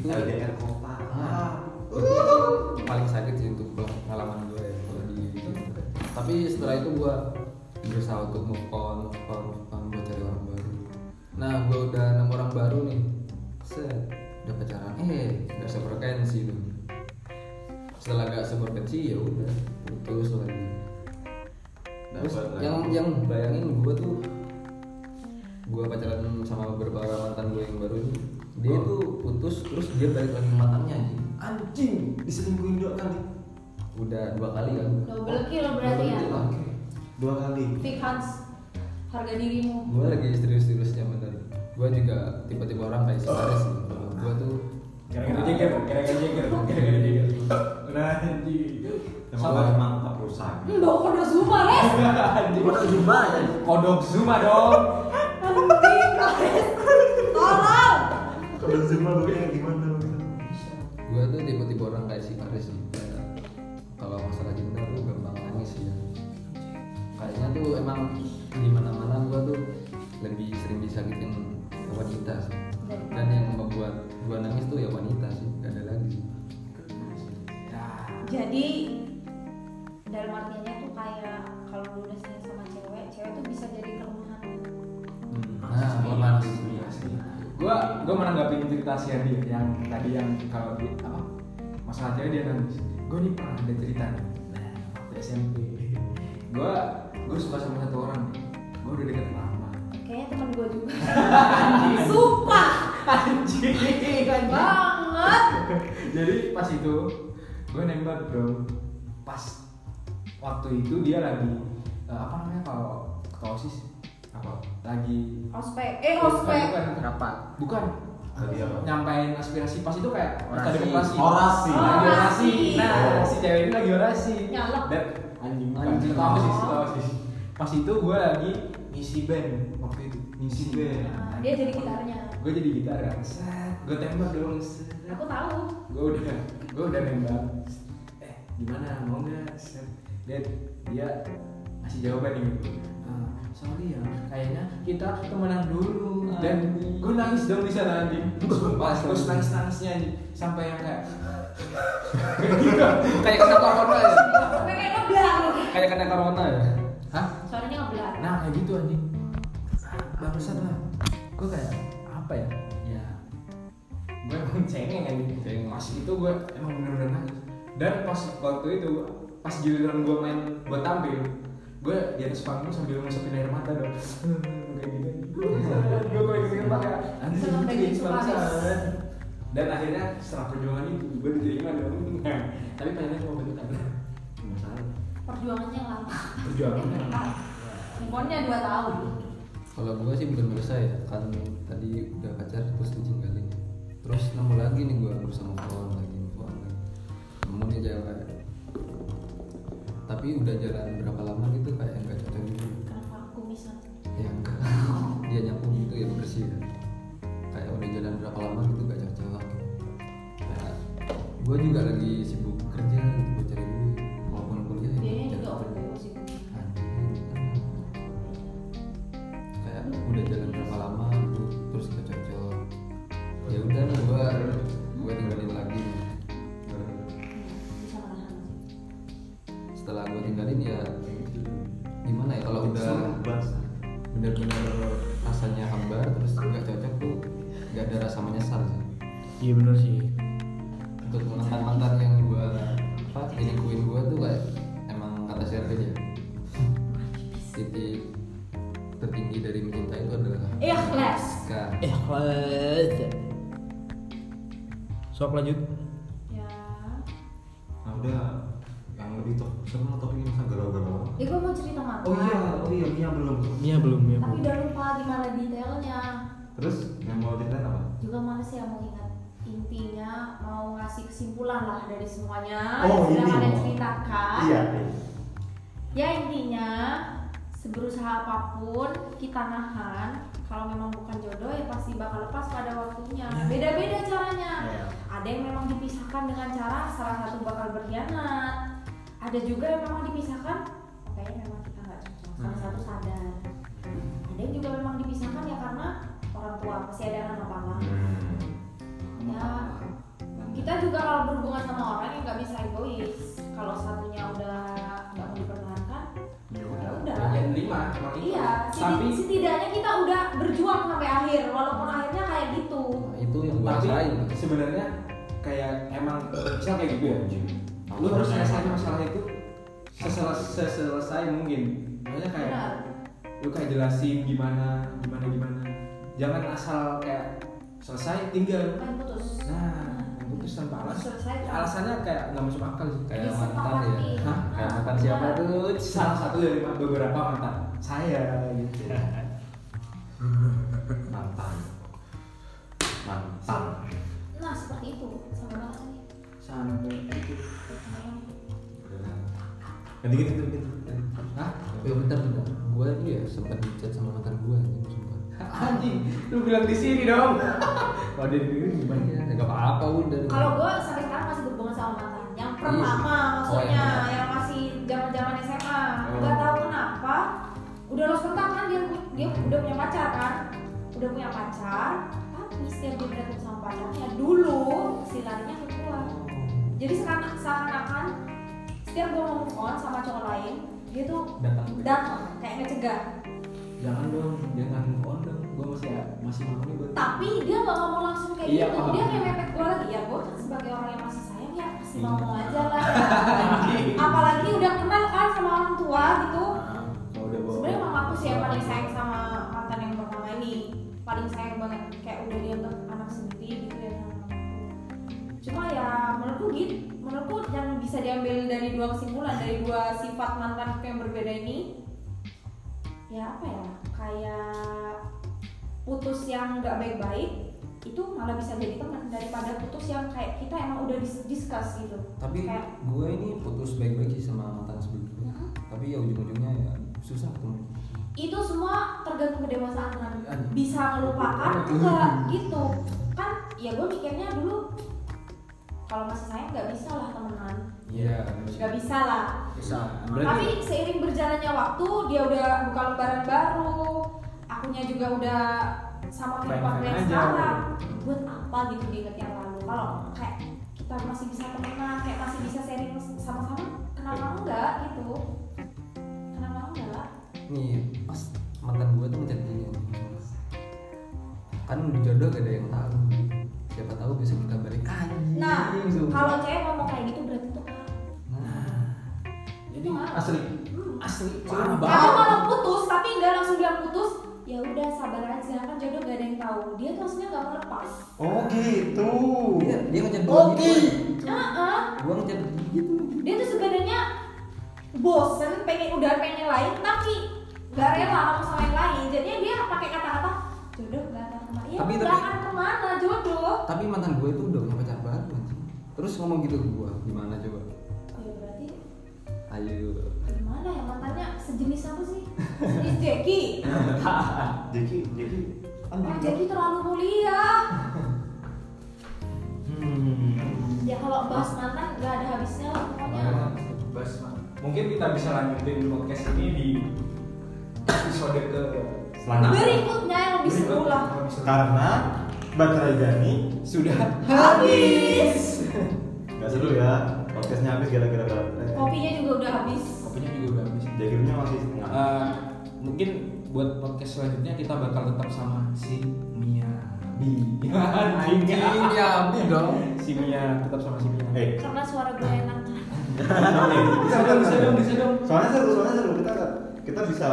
B: itu
H: LDR kota
B: Ah. paling sakit sih untuk pengalaman gue ya kalau di tapi setelah itu gue berusaha untuk move on move on move on gue cari orang baru nah gue udah nemu orang baru nih set udah pacaran eh nggak seberkensi tuh setelah gak seberkensi ya udah putus lagi Terus
H: Dapat lagi.
B: yang yang bayangin gue tuh gue pacaran sama beberapa mantan gue yang baru ini dia
H: Oh.
B: tuh putus terus dia balik lagi ke mantannya anjing
H: anjing diselingkuhin dua kali
B: udah dua kali kan
J: double kill berarti ya.
H: dua kali
C: Fix Hans harga dirimu
B: gue lagi serius-seriusnya bener gue juga tiba-tiba orang kayak sadar sih gue tuh
A: Gara-gara jeger, gara-gara jeger, gara-gara jeger. Nah, anjing.
H: sama
A: Sama.
H: mantap rusak
C: hmm, bawa kode Zuma res
D: Di mana jumpa aja?
A: Kodok Zuma dong.
C: anjing Res tolong
H: kalau Zuma begini gimana
B: gue tuh tiba-tiba orang kayak si Karis sih Kayak kalau masalah cinta tuh gampang nangis ya kayaknya tuh emang di mana-mana gue tuh lebih sering disakitin ke wanita sih. dan yang membuat gue nangis tuh ya wanita sih gak ada lagi
H: Hmm.
C: jadi dalam artinya tuh kayak kalau lu udah sayang sama cewek cewek tuh bisa jadi kelemahan
B: nah lemah
A: Iya sih. Gua gua menanggapi cerita si Andi yang tadi yang kalau di apa masalah cewek dia nangis. Gua nih pernah ada cerita nih. Nah, waktu SMP. Gua gua suka sama satu orang. nih. Gua udah deket lama.
J: Kayaknya teman gue juga.
C: sumpah
A: Anjing.
C: kan, banget
A: jadi pas itu gue nembak bro pas waktu itu dia lagi eh, apa namanya kalau kalau osis apa lagi
C: ospek eh
A: bukan,
C: ospek
A: bukan,
D: Rapat.
A: bukan
H: Tadi apa?
A: nyampein aspirasi pas itu kayak
D: Orasi.
A: ada deklarasi.
H: Orasi.
A: lagi orasi
C: Orasi.
A: nah si cewek ini lagi orasi
C: Nyalek.
A: dan anjing
B: Anjing.
A: anjing tahu sih tahu sih pas itu gue lagi ngisi band waktu itu ngisi band
C: Ah,
J: Nah, dia jadi gitarnya.
A: gue jadi gitar kan gue tembak dong set
J: Aku tahu.
A: gue udah gue udah nembak eh gimana mau nggak Set. dia dia ngasih jawaban nih "Ah, sorry ya kayaknya kita temenan dulu dan gue nangis dong di sana anjing sumpah gue nangis nangisnya anjing sampai yang <laughs> kayak
B: kayak kena corona ya
C: kayak ngebelang lu.
B: kayak kena corona ya
A: hah
J: Suaranya ngebelang.
A: nah kayak gitu anjing barusan lah gue kayak apa ya ya gue emang cengeng anjing
B: Cengeng.
A: pas itu gue emang bener-bener nangis dan pas waktu itu pas giliran gue main buat tampil gue di atas panggung sambil ngusapin air mata dong <laughs> kayak gitu gue kayak gitu kayak anjing
C: Seneng
A: gitu,
C: kayak gitu,
A: bangsat.
C: Paris.
A: dan akhirnya setelah perjuangan itu gue diterima dong <laughs> tapi pengennya cuma bentukan masalah
J: Perjuangannya lama.
A: perjuangan
C: Handphonenya dua tahun
B: Kalau gue sih belum selesai ya, kan tadi udah pacar terus ditinggalin. Terus nemu lagi nih gue bersama kawan lagi, kawan lagi. Nemu nih cewek. Tapi udah jalan berapa lama gitu kayak nggak cocok gitu.
J: Kenapa aku bisa?
B: Ya enggak. <laughs> Dia nyapu gitu ya bersih ya. Kayak udah jalan berapa lama gitu gak cocok. Kayak gue juga lagi sibuk kerja gitu, gue cari duit. Walaupun kuliah ya.
J: Dia
B: cari
J: juga
C: gitu,
B: duit.
J: open BO sih.
B: Anjing kayak udah jalan berapa lama gitu terus gak cocok ya udah nih gua gua tinggalin lagi
J: Bisa menahan sih.
B: setelah gua tinggalin ya gimana ya kalau udah benar-benar rasanya hambar terus nggak cocok tuh nggak ada rasa menyesal sih
A: iya bener sih
B: untuk mantan mantan yang gua apa dilingkuin gua tuh kayak emang kata siapa aja titik
D: tertinggi dari mencinta itu adalah
C: Ikhlas.
D: Ikhlas.
K: Ikhlas. Sok lanjut.
C: Ya.
B: Nah udah yang lebih top sama topiknya masa galau-galau.
C: Ya gue mau cerita mantan.
B: Oh iya, oh iya, Mia belum.
K: Mia belum, Mia
C: Tapi
K: belum.
C: udah lupa gimana detailnya.
B: Terus yang mau ceritain apa?
C: Juga males ya mau ingat intinya mau ngasih kesimpulan lah dari semuanya
B: Oh,
C: yang
B: ini.
C: sudah kalian ceritakan.
B: iya.
C: Ya intinya seberusaha apapun kita nahan kalau memang bukan jodoh ya pasti bakal lepas pada waktunya.
L: Ya.
C: Beda-beda caranya.
L: Iya.
C: Ada yang memang dipisahkan dengan cara salah satu bakal berkhianat. Ada juga yang memang dipisahkan kayaknya memang kita nggak cocok. Salah satu
L: Hmm.
C: sadar. Ada yang juga memang dipisahkan ya karena orang tua pasti ada anak apa
B: Hmm.
C: Ya kita juga kalau berhubungan sama orang yang nggak bisa egois. Kalau satunya udah nggak mau dipertahankan,
L: Ya
C: ya
L: udah.
C: udah.
A: yang lima emang itu.
C: Iya, seti-
A: tapi
C: setidaknya kita udah berjuang sampai akhir, walaupun akhirnya kayak gitu.
D: Nah, itu yang gue
A: tapi
D: rasain.
A: sebenarnya kayak emang misal kayak gitu ya lu harus selesai masalah itu seselesai, seselesai mungkin makanya kayak
C: Benar.
A: lu kayak jelasin gimana gimana gimana jangan asal kayak selesai tinggal
C: Main putus.
A: nah yang putus tanpa alasan
C: Selesai. Iya,
A: alasannya kayak nggak masuk akal sih
D: Kayak
C: disepakati.
D: mantan ya.
A: Hah?
D: Kayak
C: Nah,
D: mantan siapa tuh?
A: Itu salah satu dari beberapa mantan saya gitu
B: Mantan. Mantan.
C: Nah seperti itu, sama banget ini.
A: sampai itu
D: Iya.
B: Ganti gitu ganti gitu.
A: Hah?
D: Ya bentar bentar. Gue ini ya sempat dicat sama mantan gue anjing sumpah.
A: anjing lu bilang di sini dong kalau dia dengerin gimana
D: Ya enggak apa-apa udah.
C: Kalau gue sampai sekarang masih berhubungan sama mantan. Yang pertama
D: Iya. Oh, yang Oh.
C: maksudnya,
D: pertama.
C: yang masih zaman-zaman SMA. Gak tahu kenapa, udah lost kontak kan dia dia udah punya pacar kan, udah punya pacar. Tapi setiap gue berantem sama pacarnya dulu, si larinya ke gue. Jadi sekarang seakan-akan setiap gue mau move on sama cowok lain, dia tuh
A: datang
C: datang kayak ngecegah.
A: jangan dong jangan move on dong gue masih masih mau nih buat
C: Tapi dia nggak ngomong langsung kayak
A: Iya,
C: gitu,
A: paham.
C: dia kayak mepet gue lagi ya gue kan sebagai orang yang masih sayang ya pasti ngomong
A: Hmm.
C: aja
A: <laughs>
C: lah. Apalagi udah kenal kan sama orang tua gitu.
A: mau udah bawa
C: Sebenarnya mamaku sih yang paling sayang sama mantan yang pertama ini, paling sayang banget kayak udah dianggap anak sendiri gitu ya. sama mamaku. Cuma ya menurutku gitu, menurutku yang bisa diambil dari dua kesimpulan dari dua sifat mantan yang berbeda ini, ya apa ya kayak putus yang nggak baik-baik itu malah bisa jadi teman daripada putus yang kayak kita emang udah dis- discuss gitu.
D: Tapi
C: kayak
D: gue ini putus baik-baik sih sama mantan sebelumnya.
B: Hmm?
C: Mm-mm.
D: Tapi ya ujung-ujungnya ya susah ketemu.
C: itu semua tergantung kedewasaan kan
D: Aduh.
C: bisa melupakan enggak gitu kan ya gue mikirnya dulu kalau masih sayang nggak bisa lah temenan
D: Iya.
C: nggak bisa lah
L: Bisa.
C: tapi seiring berjalannya waktu dia udah buka lembaran baru akunya juga udah sama kehidupan
A: Fine-fine
C: yang
A: aja.
C: sekarang buat apa gitu diinget yang lalu kalau kayak kita masih bisa temenan kayak masih bisa sharing sama-sama
D: Iya.
C: kenapa enggak gitu kenapa enggak
D: Nih pas mantan gue tuh ngechat gini. Kan jodoh gak ada yang tahu. Siapa tahu besok kita balik anjing.
C: Nah,
D: sumpah.
C: kalau cewek ngomong kayak gitu berarti tuh parah.
D: Nah,
A: jadi
C: Wah.
A: asli
C: Hmm.
A: asli parah
C: Kamu
A: banget
C: kalau putus tapi nggak langsung bilang putus, ya udah sabar aja kan jodoh gak ada yang tahu. Dia tuh aslinya nggak mau lepas.
B: Oh gitu. Oh,
D: dia Iya, dia gitu. ngechat gue
L: Oke.
C: Nah, eh,
D: Gue ngechat gitu.
C: dia tuh sebenarnya bosen, pengen udah pengen yang lain tapi nggak rela kamu sama yang lain. Jadinya dia pakai kata-kata jodoh gak akan kemana. Ya
D: Tapi-
C: nggak
D: tapi-
C: akan kemana jodoh.
D: Tapi mantan gue itu udah punya pacar baru anjing. Terus ngomong gitu ke gue, gimana coba?
C: Ya berarti
D: Ayo.
C: gimana ya mantannya sejenis apa
D: <laughs>
C: sih? Sejenis Jackie.
B: Jadi jadi. ya.
C: Oh, Jackie terlalu mulia.
B: Hmm.
C: Ya kalau bahas mantan nggak ada habisnya lah pokoknya.
A: Bas, Mak. mungkin kita bisa lanjutin podcast ini di episode ke
B: Nah.
C: Berikutnya yang lebih seru lah.
B: Karena baterai Gani
A: sudah
C: Habis.
B: nggak seru ya. Podcastnya habis gara-gara baterai.
C: Kopinya juga udah habis.
A: kopinya juga udah habis
B: Jagirnya masih setengah.
A: Eh, mungkin buat podcast selanjutnya kita bakal tetap sama si Mia Bi
D: Anjing ya, bu dong.
A: si Mia tetap sama si Mia
B: Eh,
C: Karena suara gue enak kan.
A: bisa dong bisa dong bisa dong
B: soalnya seru soalnya seru kita kita bisa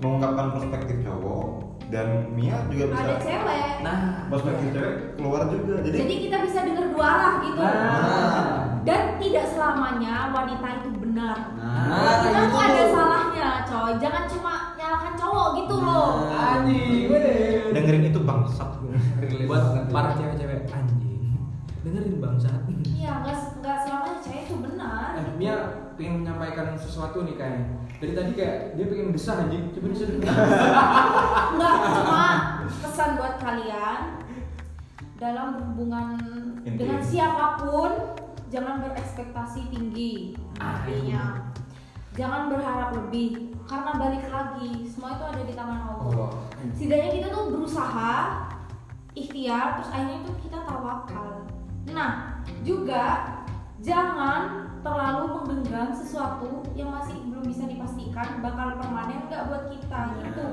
B: mengungkapkan perspektif cowok dan Mia juga bisa
C: ada cewek
A: nah
B: perspektif cewek keluar juga jadi,
C: jadi kita bisa dengar dua arah gitu
A: Nah.
C: dan tidak selamanya wanita itu benar
D: Nah,
C: kita
D: gitu
C: tuh ada
D: tuh.
C: salahnya coy jangan cuma nyalahkan cowok gitu loh
A: anjing bener
M: dengerin itu bangsat
N: Relate
A: buat
N: banget tuh.
A: para cewek-cewek anjing dengerin bangsat
C: iya nggak nggak selamanya cewek itu benar
A: Eh, Mia pengen menyampaikan sesuatu nih kayaknya dari tadi kayak dia pengen besar anjing coba disuruh
C: Enggak, cuma pesan buat kalian dalam berhubungan
B: Intim.
C: dengan siapapun jangan berekspektasi tinggi. Artinya jangan berharap lebih karena balik lagi semua itu ada di tangan Allah.
N: Allah.
C: Setidaknya kita tuh berusaha ikhtiar terus akhirnya tuh kita tawakal. Nah, juga jangan terlalu menggenggam sesuatu yang masih belum bisa dipastikan bakal permanen nggak buat kita gitu.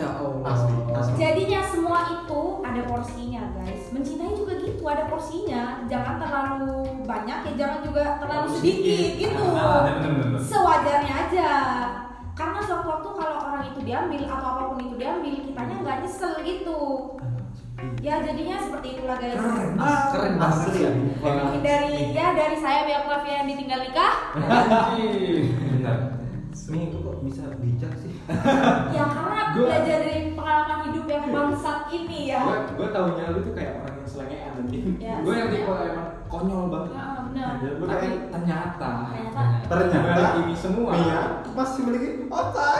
D: ya Allah
N: Asli, asli.
C: Jadinya semua itu ada porsinya guys Mencintai juga gitu ada porsinya Jangan terlalu banyak ya jangan juga terlalu sedikit gitu
B: Ah, bener, bener, bener.
C: Sewajarnya aja Karena suatu waktu kalau orang itu diambil atau apapun itu diambil Kitanya nggak nyesel gitu Ya jadinya seperti itulah guys Eh,
N: Keren banget
D: Asli.
N: sih.
A: Ah.
C: Mungkin dari ya dari saya Bea Flavia yang ditinggal nikah
B: Bentar. Mia itu kok bisa bijak sih
C: Ya karena
A: Gua-
C: belajar dari pengalaman hidup yang bangsat ini ya
A: gue gue taunya lu tuh kayak orang yang selengean anjing
C: Ya,
A: gue yang tipe
C: sebenarnya-
A: emang konyol banget
C: Ah, benar.
B: Lu
A: tapi
B: kayak-
A: ternyata
C: Ternyata
B: ternyata
A: dibalik ini semua
B: Mia pasti memiliki otak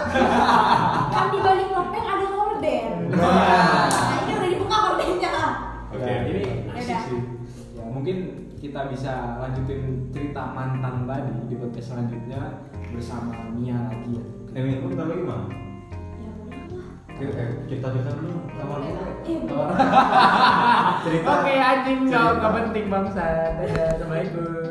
C: kan di balik loteng ada korden
B: Nah.
C: nah ini udah dibuka kordennya
B: Oke.
A: Ya, ini asik
C: Yaudah.
A: sih. Ya, mungkin kita bisa lanjutin cerita mantan tadi di podcast selanjutnya bersama Mia lagi ya.
B: Eh, Mia, lu bentar lagi mana?
C: ya boleh lah
B: Cerita-cerita dulu sama lu
C: eh boleh
B: Cerita
A: anjing, nggak penting bangsa. Dadah, assalamualaikum.
C: Ya,